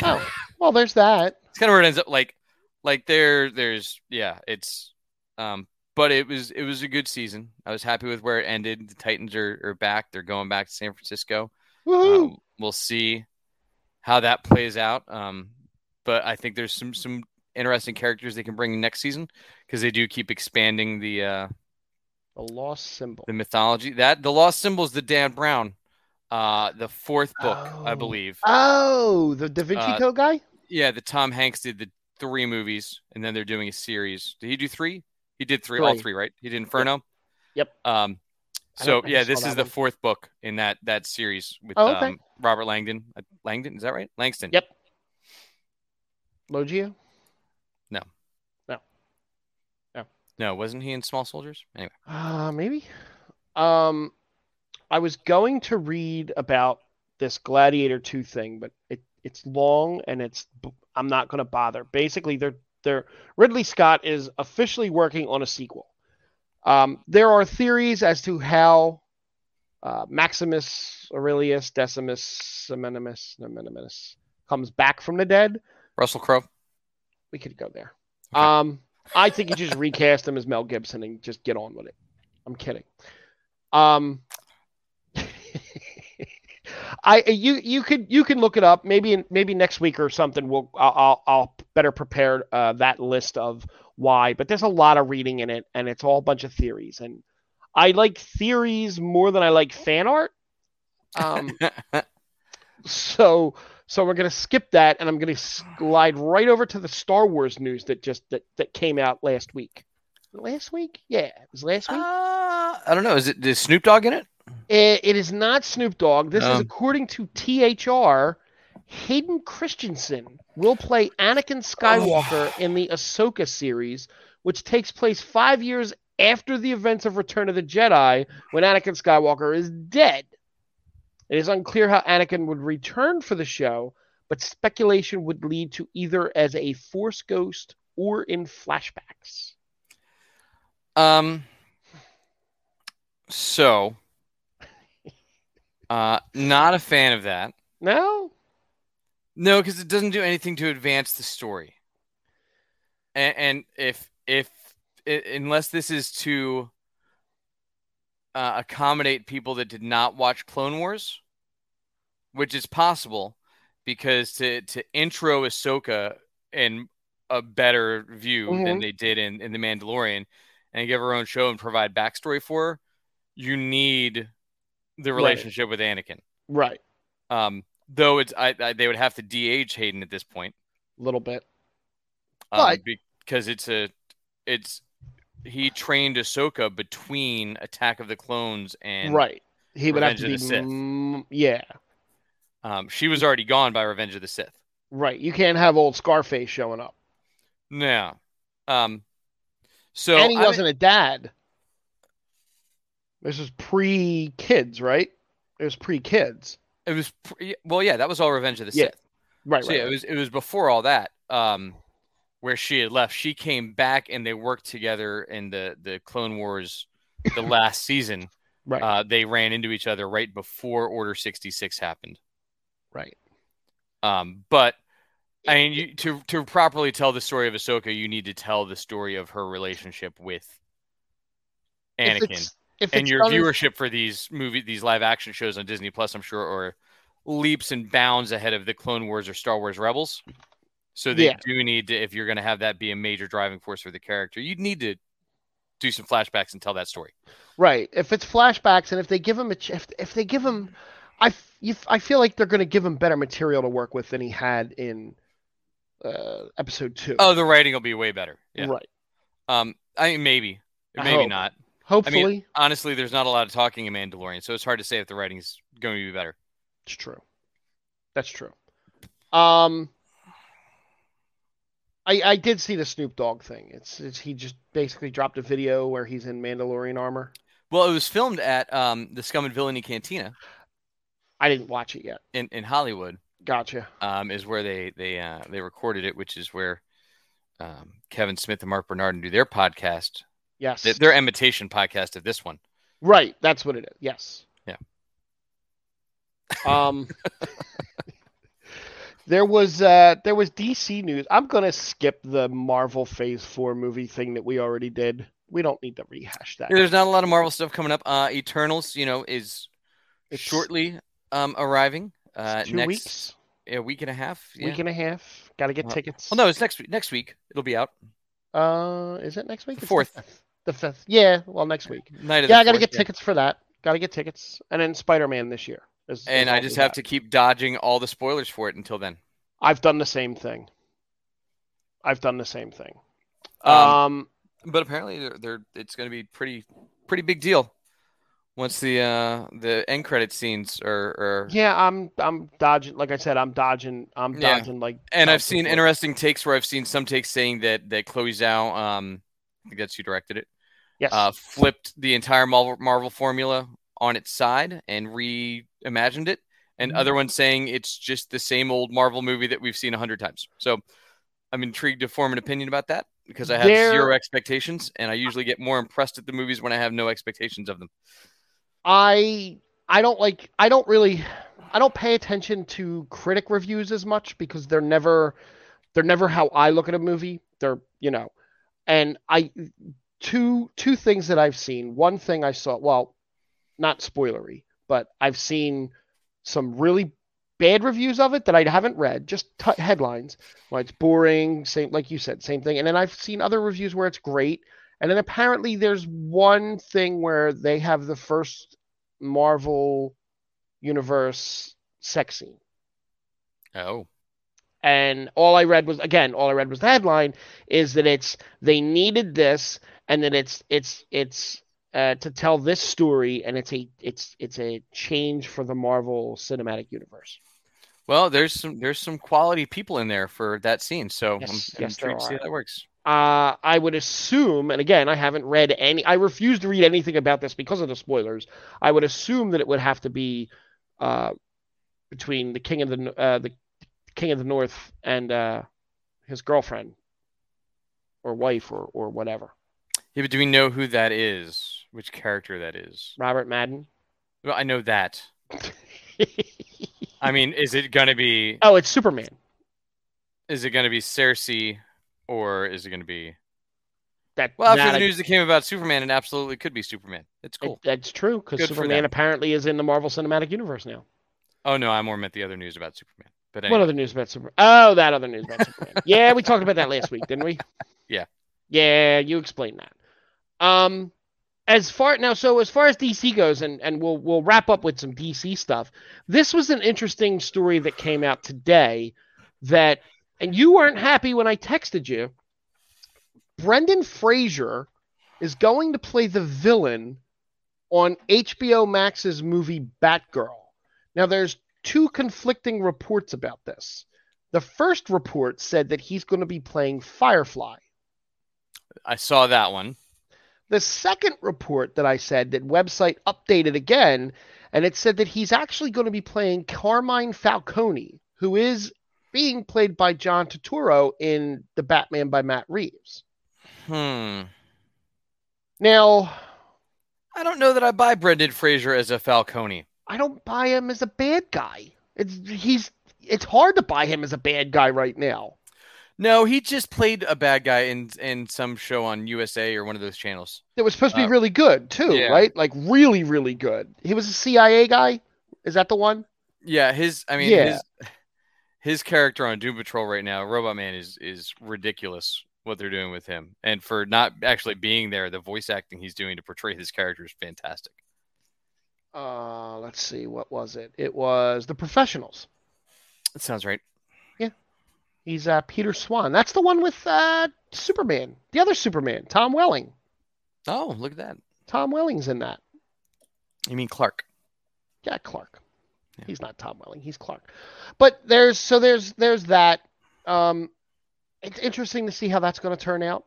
Oh, well, there's that.
it's kind of where it ends up like like there there's yeah it's um but it was it was a good season i was happy with where it ended the titans are, are back they're going back to san francisco
Woohoo.
um, we'll see how that plays out um but i think there's some some interesting characters they can bring next season because they do keep expanding the uh
the lost symbol.
the mythology that the lost symbols the dan brown uh the fourth book i
Oh.
believe
Oh, the Da Vinci
Uh,
Code guy?
Yeah, the Tom Hanks did the three movies, and then they're doing a series. Did he do three? He did three, all
Three.
three, right? He did Inferno.
Yep.
Um.
I
So
don't think I
yeah,
saw
this is
that
the
one.
fourth book in that that series with
Oh, okay.
um, Robert Langdon. Uh, Langdon is that right? Langston.
Yep. Logia?
No, wasn't he in Small Soldiers? Anyway.
Uh, maybe. Um, I was going to read about this Gladiator 2 thing, but it, it's long and it's I'm not going to bother. Basically, they're they're Ridley Scott is officially working on a sequel. Um, there are theories as to how uh, Maximus Aurelius Decimus Seminimus Seminimus comes back from the dead.
Russell Crowe.
We could go there.
Okay.
Um, I think you just recast him as Mel Gibson and just get on with it. I'm kidding. Um, I you you could you can look it up. Maybe in, maybe next week or something. We'll I'll I'll, I'll better prepare uh, that list of why. But there's a lot of reading in it, and it's all a bunch of theories. And I like theories more than I like fan art. Um, so so we're going to skip that and i'm going to slide right over to the star wars news that just that, that came out last week last week yeah it was last week
Uh, I don't know. Is it is Snoop Dogg in it?
It- it is not snoop dogg this is
No.
according to thr hayden christensen will play anakin
Oh.
skywalker in the ahsoka series which takes place five years after the events of return of the jedi when Anakin Skywalker is dead. It is unclear how Anakin would return for the show, but speculation would lead to either as a Force ghost or in flashbacks.
Um. So. Uh, not a fan of that.
No?
No, because it doesn't do anything to advance the story. And, and if if i unless this is to uh, accommodate people that did not watch Clone Wars, which is possible, because to to intro Ahsoka in a better view than
Mhm.
they did in in the Mandalorian, and give her own show and provide backstory for her, you need the
Right.
relationship with Anakin.
Right.
Um, though it's I, I they would have to DH Hayden at this point,
A little bit.
um,
But-
because it's a it's he trained Ahsoka between Attack of the Clones and
right. He would have to be.
Revenge of the Sith.
mm, yeah.
Um, she was already gone by Revenge of the Sith.
Right. You can't have old Scarface showing up.
No, um, so
and he
I'm-
wasn't a dad. This is pre kids, right? It was pre kids.
It was pre- well, yeah, that was all Revenge of the
Yeah,
Sith.
Right,
So
right.
yeah, it was it was before all that. Um, where she had left, she came back and they worked together in the the Clone Wars, the last season.
right.
uh, they ran into each other right before Order 66 happened.
right.
Um, but I mean, you, to to properly tell the story of Ahsoka, you need to tell the story of her relationship with
If
Anakin.
it's- If
and
it's
your
done as-
viewership for these movie these live action shows on Disney Plus, I'm sure, are leaps and bounds ahead of the Clone Wars or Star Wars Rebels. So they
Yeah.
do need to, if you're going to have that be a major driving force for the character, you'd need to do some flashbacks and tell that story.
Right. If it's flashbacks, and if they give him a, ch- if if they give him, I f- you f- I feel like they're going to give him better material to work with than he had in uh, episode two.
Oh, the writing will be way better. Yeah.
Right.
Um, I mean, maybe,
I
maybe
hope.
not.
Hopefully,
Honestly, there's not a lot of talking in Mandalorian, so it's hard to say if the writing's going to be better.
it's true. That's true. Um, I I did see the Snoop Dogg thing. It's, it's he just basically dropped a video where he's in Mandalorian armor.
Well, it was filmed at um, the Scum and Villainy Cantina
I didn't watch it yet.
in, in Hollywood.
Gotcha.
um, is where they they uh, they recorded it, which is where um, Kevin Smith and Mark Bernardin do their podcast,
Yes.
th- their imitation podcast of this one.
Right, that's what it is. Yes.
Yeah.
Um There was uh there was DC news. I'm going to skip the Marvel Phase 4 movie thing that we already did. We don't need to rehash that.
There's not a lot of Marvel stuff coming up. Uh, Eternals, you know, is
It's-
shortly um, arriving. Uh,
It's two
next
weeks,
a week and a half. Yeah.
week and a half. Got to get
Well-
tickets.
well, no, it's next week. Next week it'll be out.
Uh is it next week?
The
It's
fourth.
fifth. The 5th. Yeah, well next week.
Night of
Yeah,
the
I got to
fourth,
get
yeah.
tickets for that. Got to get tickets. And then Spider-Man this year. is- is
And
all
I
we
just have
got.
to keep dodging all the spoilers for it until then.
I've done the same thing. I've done the same thing.
Um,
um
but apparently they're, they're it's going to be pretty pretty big deal once the uh the end credit scenes are, are
Yeah, I'm I'm dodging. Like I said, I'm dodging. I'm
Yeah.
dodging. Like,
and
dodging
I've seen
bullets.
interesting takes where I've seen some takes saying that that Chloe Zhao um I think that's who directed it
Yes.
uh flipped the entire Marvel Marvel formula on its side and reimagined it and
Mm.
other ones saying it's just the same old Marvel movie that we've seen a hundred times so I'm intrigued to form an opinion about that because I have
There-
zero expectations and I usually get more impressed at the movies when I have no expectations of them
I I don't like. I don't really. I don't pay attention to critic reviews as much because they're never they're never how I look at a movie. They're you know, and I two two things that I've seen. One thing I saw. Well, not spoilery, but I've seen some really bad reviews of it that I haven't read, just t- headlines. Well, it's boring, same like you said, same thing. And then I've seen other reviews where it's great. And then apparently there's one thing where they have the first Marvel universe sex scene.
oh
And all I read was again, all I read was the headline is that it's they needed this and that it's it's it's uh, to tell this story and it's a it's it's a change for the Marvel Cinematic Universe.
Well, there's some there's some quality people in there for that scene, so
Yes,
I'm,
yes, there
intrigued to see
are.
how that works.
uh, I would assume, and again, I haven't read any, I refuse to read anything about this because of the spoilers. I would assume that it would have to be uh, between the king of the uh, the king of the north and uh, his girlfriend or wife or or whatever.
Yeah, but do we know who that is? Which character that is?
Robert Madden.
Well, I know that. I mean, is it gonna be
oh, it's Superman.
is it gonna be Cersei or is it gonna be?
That
Well, after
that
the
I-
news that came about Superman, it absolutely could be Superman. It's
it-
cool.
that's true
Good
because
for
Superman
them.
apparently is in the Marvel Cinematic Universe now.
oh no, I more meant the other news about Superman. But
What
anyway,
other news about Superman? Oh, that other news about Superman. yeah, we talked about that last week, didn't we?
Yeah.
Yeah, you explained that. Um, as far now, so as far as DC goes, and and we'll we'll wrap up with some DC stuff. This was an interesting story that came out today, that and you weren't happy when I texted you. Brendan Fraser is going to play the villain on HBO Max's movie Batgirl. Now, there's two conflicting reports about this. The first report said that he's going to be playing Firefly.
I saw that one.
The second report that I said that website updated again, and it said that he's actually going to be playing Carmine Falcone, who is being played by John Turturro in The Batman by Matt Reeves.
Hmm.
Now,
I don't know that I buy Brendan Fraser as a Falcone.
I don't buy him as a bad guy. It's he's it's hard to buy him as a bad guy right now.
No, he just played a bad guy in in some show on USA or one of those channels.
That was supposed to be
Uh,
really good too,
yeah.
right? Like really, really good. He was a CIA guy. Is that the one?
Yeah, his I mean
Yeah.
his his character on Doom Patrol right now, Robot Man is is ridiculous what they're doing with him. And for not actually being there, the voice acting he's doing to portray his character is fantastic.
Uh, let's see, what was it? It was The Professionals.
That sounds right.
He's uh, Peter Swan. That's the one with uh, Superman, the other Superman, Tom Welling.
Oh, look at that.
Tom Welling's in that.
You mean Clark.
Yeah, Clark.
Yeah.
He's not Tom Welling. He's Clark. But there's so there's there's that. Um, it's interesting to see how that's going to turn out.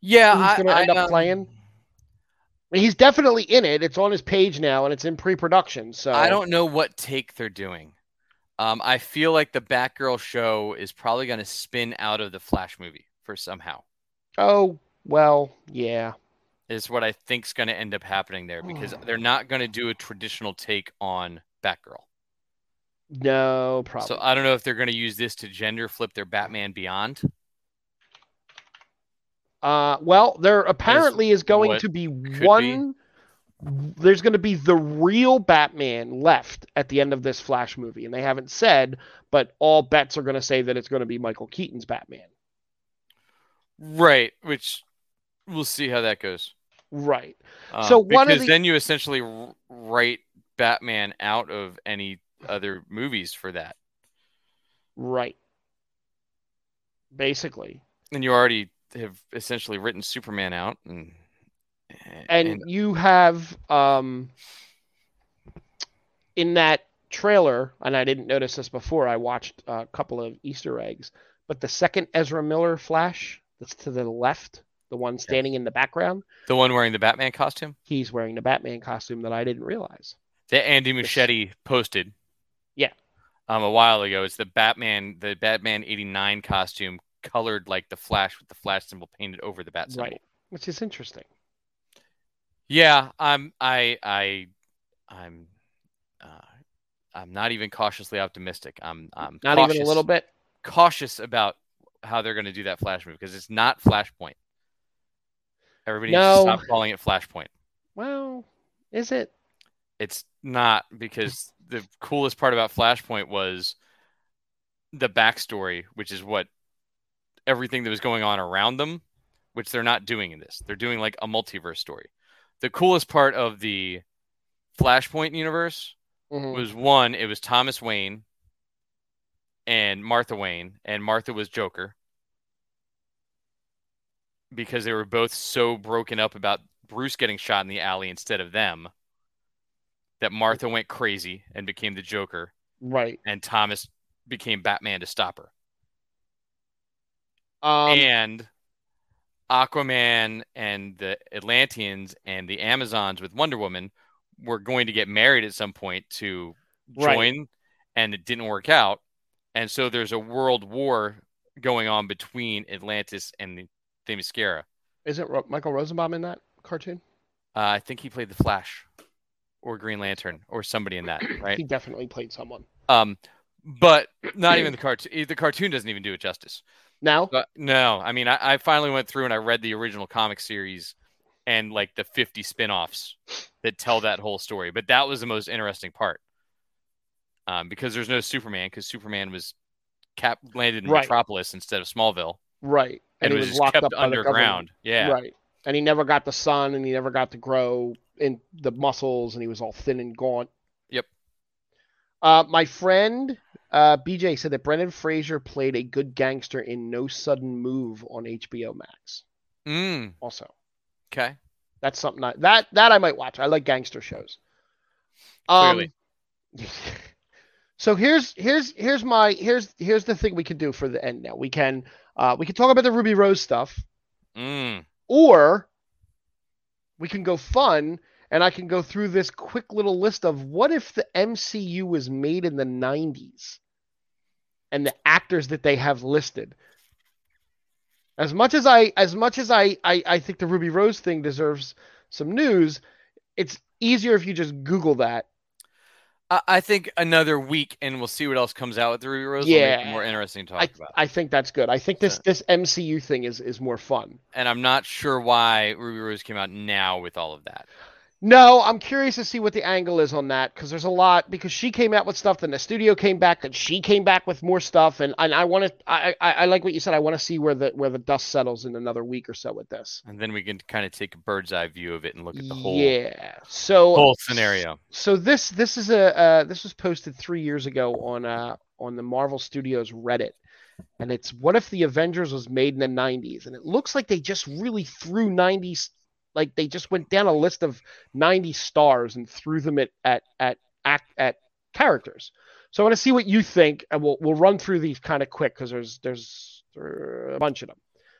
Yeah,
Who's
I,
gonna
I,
end up
um,
playing? I mean, He's definitely in it. It's on his page now, and it's in pre-production. So
I don't know what take they're doing. Um, I feel like the Batgirl show is probably going to spin out of the Flash movie for somehow.
Oh well, yeah.
Is what I think's going to end up happening there because
Hmm.
they're not going to do a traditional take on Batgirl.
No problem.
So I don't know if they're going to use this to gender flip their Batman Beyond.
Uh, well, there apparently is going
what
to be
be.
one. There's going to be the real Batman left at the end of this Flash movie, and they haven't said, but all bets are going to say that it's going to be Michael Keaton's Batman.
Right, which we'll see how that goes.
Right.
Um,
So one of
because
the-
then you essentially r- write Batman out of any other movies for that.
Right. Basically.
and you already have essentially written Superman out, and
and, you have um in that trailer and i didn't notice this before i watched a couple of easter eggs but the second ezra miller flash that's to the left the one standing in the background
the one wearing the Batman costume
he's wearing the batman costume that i didn't realize
that Andy Muschietti posted,
Yeah.
um, a while ago. It's the Batman, the Batman '89 costume, colored like the Flash with the Flash symbol painted over the Bat symbol.
right which is interesting
Yeah, I'm, I, I, I'm, uh, I'm not even cautiously optimistic. I'm, I'm
not even a
cautious-
little bit
cautious about how they're going to do that Flash move because it's not Flashpoint. Everybody needs
No.
to stop calling it Flashpoint.
well is it
It's not because the coolest part about Flashpoint was the backstory, which is what everything that was going on around them, which they're not doing in this. They're doing like a multiverse story. The coolest part of the Flashpoint universe
Mhm.
was one, it was Thomas Wayne and Martha Wayne, and Martha was Joker because they were both so broken up about Bruce getting shot in the alley instead of them that Martha went crazy and became the Joker,
right
and Thomas became Batman to stop her.
um
and Aquaman and the Atlanteans and the Amazons with Wonder Woman were going to get married at some point to
Right.
join, and it didn't work out. And so there's a world war going on between Atlantis and the Themyscira.
isn't Ro- michael rosenbaum in that cartoon
Uh, I think he played the Flash or Green Lantern or somebody in that, right?
he definitely played someone
Um, but not even the cartoon. The cartoon doesn't even do it justice.
now
But no, I mean, I, I finally went through and I read the original comic series and like the 50 spin offs that tell that whole story. But that was the most interesting part um, because there's no Superman because Superman was cap landed in
Right.
Metropolis instead of Smallville
right
and,
he
was,
was
just
locked
kept
up by the government.
underground. Yeah.
Right. And he never got the sun and he never got to grow in the muscles and he was all thin and gaunt.
Yep.
Uh, my friend uh, BJ said that Brendan Fraser played a good gangster in No Sudden Move on HBO Max.
Mm,
Also,
okay.
that's something I, that that I might watch. I like gangster shows. Um,
Clearly.
so here's here's here's my here's here's the thing we can do for the end. Now we can uh, we can talk about the Ruby Rose stuff
Mm.
or we can go fun and I can go through this quick little list of what if the MCU was made in the 90s and the actors that they have listed. As much as I as much as I I, I think the Ruby Rose thing deserves some news, it's easier if you just Google that
I, I think another week, and we'll see what else comes out with the Ruby Rose. will make it
Yeah.
more interesting to talk
I,
about.
I think that's good. I think this
So-
this MCU thing is is more fun.
And I'm not sure why Ruby Rose came out now with all of that.
No, I'm curious to see what the angle is on that because there's a lot because she came out with stuff, then the studio came back, then she came back with more stuff, and and I want to I, I I like what you said. I want to see where the where the dust settles in another week or so with this.
And then we can kind of take a bird's eye view of it and look at the whole
yeah. So
whole scenario.
So this this is a uh, this was posted three years ago on uh, on the Marvel Studios Reddit, and it's what if the Avengers was made in the '90s? And it looks like they just really threw '90s, like they just went down a list of '90s stars and threw them at at at at, at characters. So I want to see what you think, and we'll we'll run through these kind of quick because there's there's uh, a bunch of them.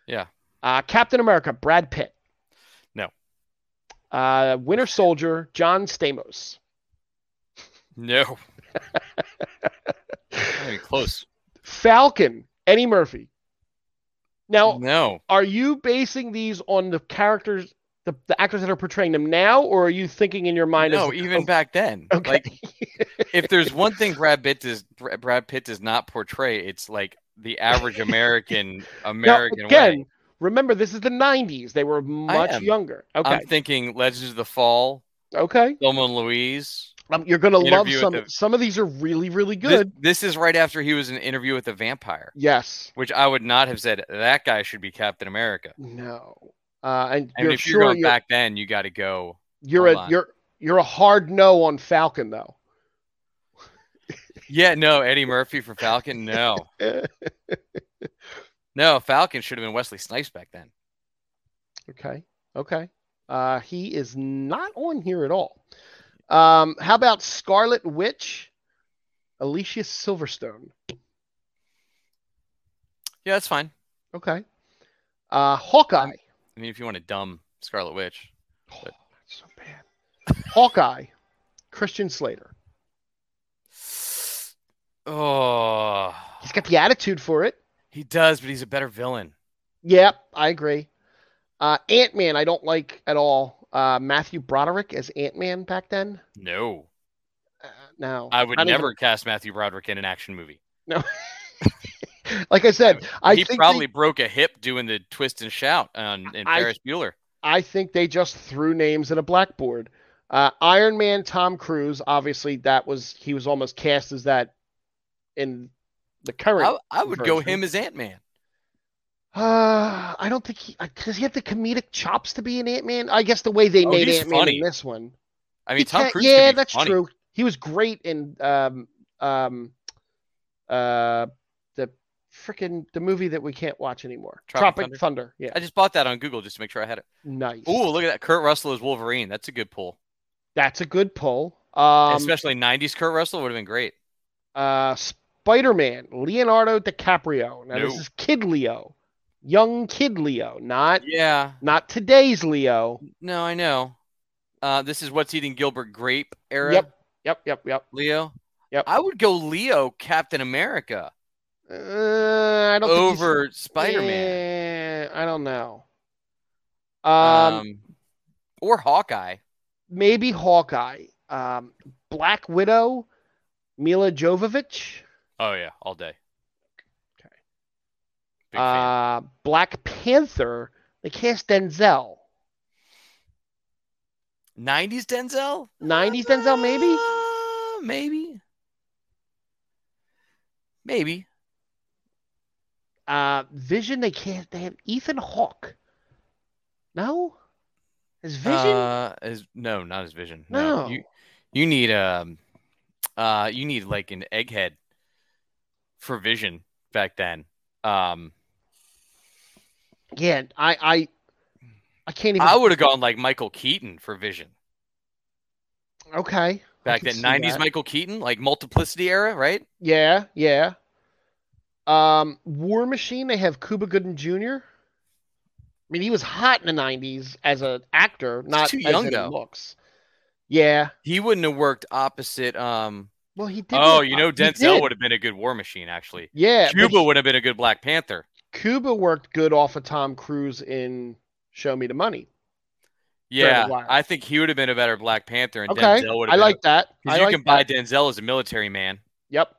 Yeah.
Uh, Captain America, Brad Pitt.
No.
Uh, Winter Soldier, John Stamos.
No, not even close.
Falcon, Eddie Murphy. Now,
No,
are you basing these on the characters, the, the actors that are portraying them now, or are you thinking in your mind?
no,
as,
even
oh,
back then,
okay,
like if there's one thing Brad Pitt does, Br- Brad Pitt does not portray, it's like the average American
now,
American
again,
way.
remember this is the '90s; they were much
am.
younger. Okay,
I'm thinking Legends of the Fall,
okay,
Thelma and Louise.
um, you're gonna love
Interview with
some.
the-
Some of these are really, really
This-
good.
This, is right after he was in Interview with a Vampire,
Yes.
which I would not have said that guy should be Captain America.
No. Uh, and
I
you're
mean, if
sure
you're going
you're,
back then, you got to go.
you're
hold
a
on.
you're you're a hard no on Falcon though.
Yeah, no, Eddie Murphy for Falcon. No, no, Falcon should have been Wesley Snipes back then.
Okay. Okay. Uh, he is not on here at all. Um, how about Scarlet Witch? Alicia Silverstone.
Yeah, that's fine.
Okay. Uh, Hawkeye.
I mean, if you want a dumb Scarlet Witch,
Oh, that's so bad. Hawkeye. Christian Slater.
oh,
He's got the attitude for it.
he does, but he's a better villain.
Yep, I agree. Uh, Ant Man, I don't like at all. Uh, Matthew Broderick as Ant Man back then.
No,
Uh, no,
I would
don't even-
never cast Matthew Broderick in an action movie.
like I said, I
he
think they-
probably broke a hip doing the twist and shout on in
I-
Ferris Bueller.
I think they just threw names at a blackboard. Uh, Iron Man, Tom Cruise, obviously that was he was almost cast as that in the current.
I, I would go
version.
him as Ant Man.
Uh, I don't think he I- does. He have the comedic chops to be an Ant Man. I guess the way they
Oh,
made
he's
Ant Man in
funny.
this one.
I
He
mean, Tom
can't-
Cruise.
yeah,
could be
that's
funny.
true. He was great in um um uh the freaking the movie that we can't watch anymore.
Tropic
Tropic Thunder. Yeah,
I just bought that on Google just to make sure I had it.
nice.
Oh, look at that! Kurt Russell as Wolverine. That's a good pull.
that's a good pull. Um,
Especially '90s Kurt Russell would have been great.
uh, Spider-Man, Leonardo DiCaprio. Now this
No.
is Kid Leo, young Kid Leo, not
Yeah.
not today's Leo.
No, I know. Uh, this is what's eating Gilbert Grape era.
Yep, yep, yep, yep,
Leo.
yep.
I would go Leo Captain America
Uh, I don't
over Spider Man
Man. I don't know. Um,
um, or Hawkeye.
maybe Hawkeye, um, Black Widow, Mila Jovovich,
Oh yeah, all day.
Okay.
Big fan.
uh, Black Panther. They cast Denzel.
90s Denzel?
90s Denzel, maybe?
Uh, maybe. Maybe.
Uh, Vision, they can't. They have Ethan Hawke. No, is Vision?
Uh, as, no, not as Vision.
no.
You, you need um uh you need like an egghead for Vision back then. Um
yeah, I, I, I can't even.
I would have gone like Michael Keaton for Vision.
okay.
Back
can
then,
see
90s
that.
Michael Keaton, like multiplicity era, right?
Yeah, yeah. Um, War Machine. They have Cuba Gooden Jr. I mean, he was hot in the '90s as an actor, not
too
as
young,
in
though.
looks. Yeah.
He wouldn't have worked opposite um
Well, he did.
Oh,
work-
you know
he
Denzel
did.
would have been a good War Machine actually.
Yeah, but
Cuba would have been a good Black Panther.
Cuba worked good off of Tom Cruise in Show Me the Money.
Yeah,
Wyatt.
I think he would have been a better Black Panther, and
Okay,
Denzel would
I
have. been a-
like that.
'cause
I
you
like
can buy
that.
Denzel as a military man.
Yep.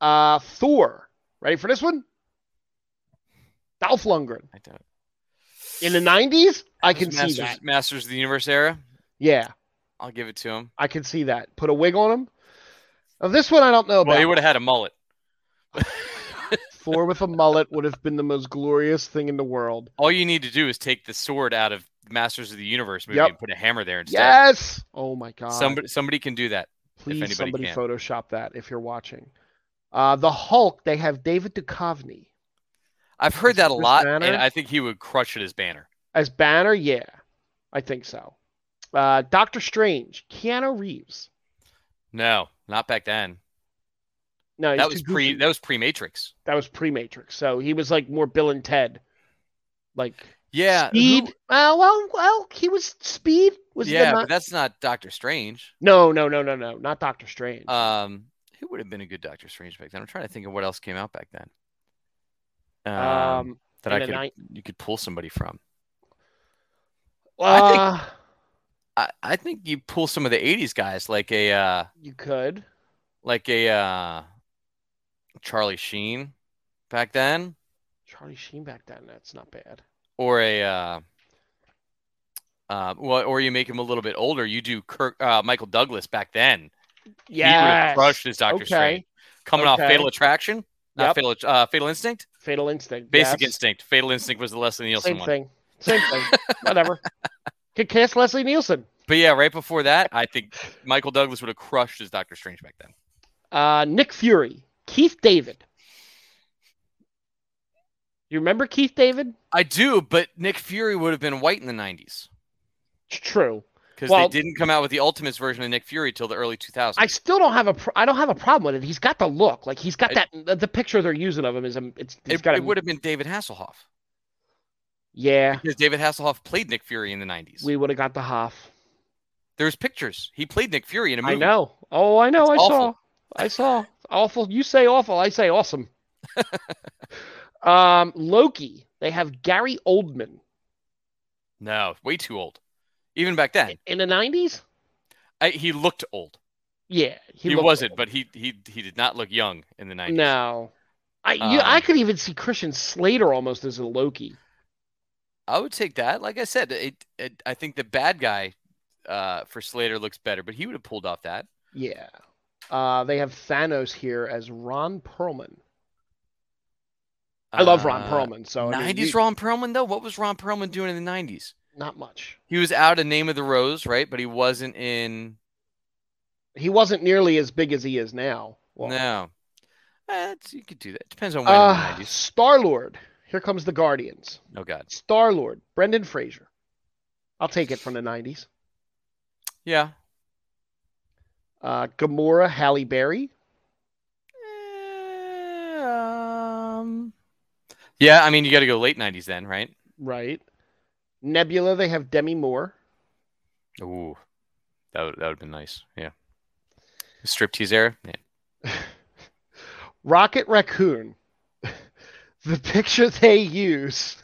Uh, Thor. Ready for this one? Dolph Lundgren
I don't.
in the '90s. I
Those
can see
Masters,
that.
Masters of the Universe era.
Yeah,
I'll give it to him.
I can see that. Put a wig on him. Now, this one I don't know
Well, he
about.
would have had a mullet.
Thor with a mullet would have been the most glorious thing in the world.
All you need to do is take the sword out of Masters of the Universe movie
Yep.
and put a hammer there instead.
Yes. Oh my God.
Somebody, somebody can do that.
Please,
anybody
somebody
can.
Photoshop that if you're watching. Uh, the Hulk. They have David Duchovny
I've heard
Is
that a
Bruce
lot, and
Banner?
I think he would crush it as Banner.
as Banner. Yeah, I think so. Uh, Doctor Strange. Keanu Reeves.
No, not back then.
No, he's
That
too
was pre.
goofy.
That was pre Matrix.
that was pre Matrix. So he was like more Bill and Ted. Like
Yeah, who-
Speed. Uh, well, well, he was Speed. Was
yeah,
the
but
not...
that's not Doctor Strange.
no, no, no, no, no, not Doctor Strange.
Um, who would have been a good Doctor Strange back then? I'm trying to think of what else came out back then. Um,
um,
that I
in the
could
night-
you could pull somebody from. I think-
uh,
I, I think you pull some of the '80s guys, like a uh,
you could.
like a uh, Charlie Sheen back then,
Charlie Sheen back then. That's not bad.
or a uh, uh, well, or you make him a little bit older. You do Kirk uh, Michael Douglas back then. He would
Yeah.
have crushed his Doctor
Okay.
Strange. Coming off
Okay.
Fatal Attraction, not
Yep.
Fatal uh, Fatal Instinct.
Fatal Instinct.
Basic
yes.
Instinct. Fatal Instinct was the Leslie Nielsen
Same
one.
thing. Same thing. Whatever. Could cast Leslie Nielsen.
But yeah, right before that, I think Michael Douglas would have crushed his Doctor Strange back then.
Uh, Nick Fury. Keith David. You remember Keith David?
I do, but Nick Fury would have been white in the 90s
It's true.
because
Well-
they didn't come out with the Ultimates version of Nick Fury till the early 2000s.
I still don't have a pro- I don't have a problem with it. He's got the look. Like he's got
I-
that the- the picture they're using of him is um, it's it's
it,
got a
it would have been David Hasselhoff
yeah.
because David Hasselhoff played Nick Fury in the 90s.
We would have got the Hoff.
There's pictures. He played Nick Fury in a movie.
I know. Oh, I know.
It's
I saw.
awful.
I saw. awful. You say awful. I say awesome. um, Loki. They have Gary Oldman
No, way too old. Even back then,
in the nineties.
I, he looked old.
Yeah,
He,
looked
wasn't,
old.
but he he he did not look young in the 90s.
no. I you,
Um,
I could even see Christian Slater almost as a Loki.
I would take that. Like I said, it, it, I think the bad guy uh, for Slater looks better, but he would have pulled off that.
Yeah. Uh, they have Thanos here as Ron Perlman. I love Ron
Uh,
Perlman, so I mean,
90s
you-
Ron Perlman, though? What was Ron Perlman doing in the 90s?
not much.
He was out of Name of the Rose, right? But he wasn't in.
He wasn't nearly as big as he is now. Well,
No. Eh, it's- you could do that. Depends on when in
uh,
the 90s.
Star Lord. Here comes the Guardians.
Oh, God.
Star Lord. Brendan Fraser. I'll take it from the '90s.
Yeah.
Uh, Gamora, Halle Berry.
Eh, Um, yeah, I mean, you got to go late 90s then, right?
Right. Nebula. They have Demi Moore.
Ooh. That would, that would have been nice. Yeah. Striptease era? Yeah.
Rocket Raccoon. the picture they use.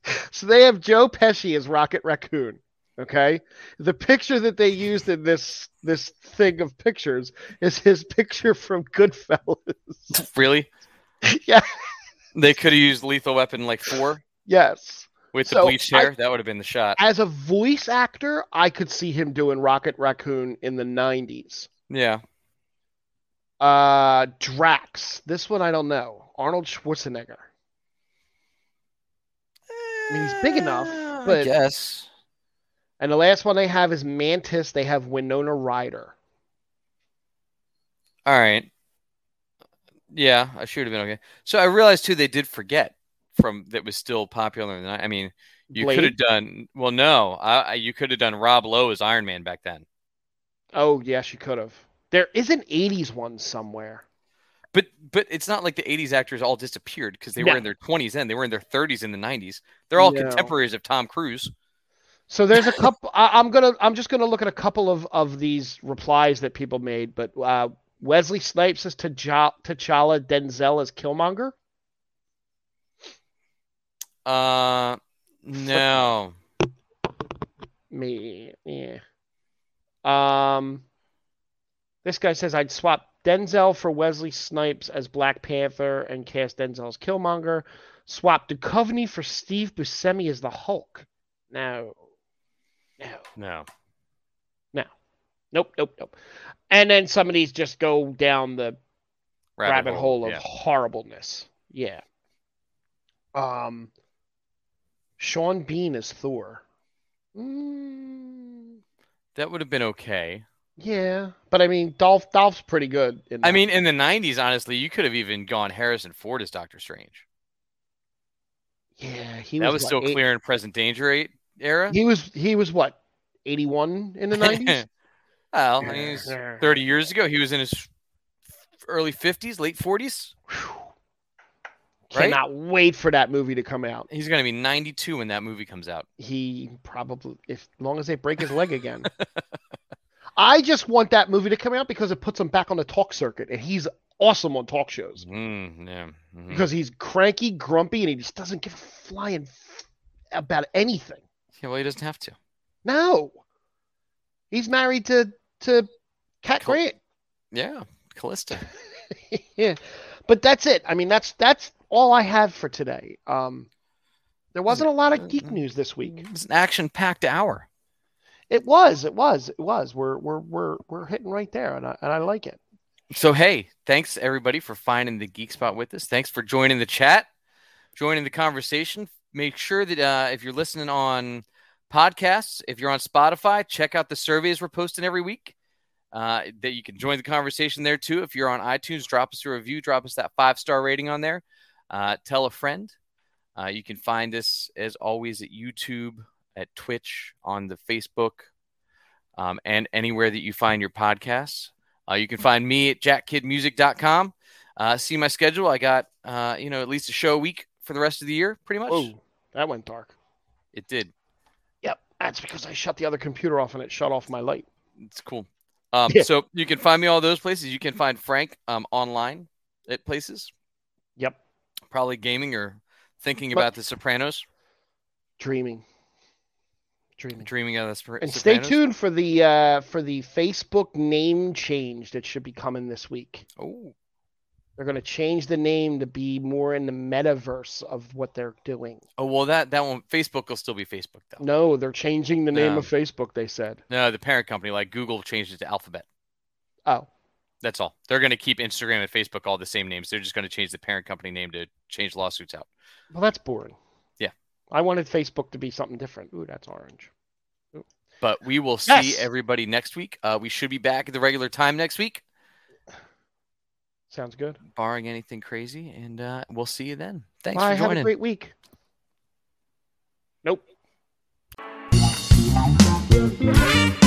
so they have Joe Pesci as Rocket Raccoon. Okay, the picture that they used in this this thing of pictures is his picture from Goodfellas.
Really?
Yeah.
They could have used Lethal Weapon like four
Yes,
with the
So,
bleached hair. that would have been the shot.
as a voice actor, I could see him doing Rocket Raccoon in the '90s.
yeah.
Uh, Drax. This one I don't know. Arnold Schwarzenegger. I mean, he's big enough,
Eh, I
but-
guess.
And the last one they have is Mantis. They have Winona Ryder.
All right. Yeah, I should have been okay. So I realized too they did forget from that was still popular. in the ni- I mean, you could have done well. No, I, I- you could have done Rob Lowe as Iron Man back then.
Oh yes, you could have. There is an '80s one somewhere.
But but it's not like the '80s actors all disappeared because they
No.
were in their 20s then. They were in their 30s in the 90s. They're all
No.
contemporaries of Tom Cruise.
So there's a couple. I, I'm gonna. I'm just gonna look at a couple of of these replies that people made. But uh, Wesley Snipes as T'Cha- T'Challa, Denzel as Killmonger.
Uh, no.
Me, yeah. Um, this guy says I'd swap Denzel for Wesley Snipes as Black Panther and cast Denzel as Killmonger. Swap Duchovny for Steve Buscemi as the Hulk. No, no,
No.
nope, nope, nope. And then some of these just go down the rabbit, hole, of
yeah.
horribleness. Yeah. Um, Sean Bean is Thor. Mm,
That would have been okay.
yeah, but I mean, Dolph Dolph's pretty good. In
I
that.
mean, in the 90s, honestly, you could have even gone Harrison Ford as Doctor Strange.
yeah, he
that
was
was
what,
still
eight-
clear and present danger eight era.
He was he was what eighty one in the nineties.
Well, I mean, it was 30 years ago. He was in his early 50s, late 40s. Right?
Cannot wait for that movie to come out.
He's going to be 92 when that movie comes out.
He probably, if as long as they break his leg again. I just want that movie to come out because it puts him back on the talk circuit, and he's awesome on talk shows
Mm, yeah. mhm.
because he's cranky, grumpy, and he just doesn't give a flying f- about anything.
Yeah, well, he doesn't have to.
No, he's married to to Cat
Cool.
Grant.
Yeah, Callista.
yeah, but that's it. I mean, that's that's all I have for today. Um, there wasn't a lot of geek news this week.
It was an action-packed hour.
It was, it was, it was. We're we're we're we're hitting right there, and I and I like it.
So hey, thanks everybody for finding the geek spot with us. Thanks for joining the chat, joining the conversation. Make sure that uh, if you're listening on podcasts, if you're on Spotify, check out the surveys we're posting every week. Uh, that you can join the conversation there too. If you're on iTunes, drop us a review, drop us that five star rating on there. Uh, tell a friend. Uh, you can find us as always at YouTube, at Twitch, on the Facebook, um, and anywhere that you find your podcasts. Uh, you can find me at jackkidmusic.com. Uh, see my schedule. I got uh, you know at least a show a week for the rest of the year, pretty much.
Whoa, that went dark.
It did.
Yep, that's because I shut the other computer off and it shut off my light.
It's cool. Um,
Yeah.
So you can find me all those places. You can find Frank um, online at places,
Yep,
probably gaming or thinking
But-
about The Sopranos,
dreaming, dreaming.
dreaming of The Sopra-
And stay
Sopranos.
tuned for the uh, for the Facebook name change that should be coming this week.
Oh,
They're going to change the name to be more in the metaverse of what they're doing.
oh well, that that one Facebook will still be Facebook though.
No, they're changing the name
No.
of Facebook, they said.
No, the parent company like Google changed it to Alphabet.
Oh,
That's all. They're going to keep Instagram and Facebook all the same names. They're just going to change the parent company name to change lawsuits out.
well, that's boring.
Yeah.
I wanted Facebook to be something different. Ooh, that's orange.
But we will see
Yes.
everybody next week. Uh, we should be back at the regular time next week,
Sounds good.
barring anything crazy. And uh, we'll see you then. Thanks
Bye.
for
Have
joining.
a great week. Nope.
Thank you.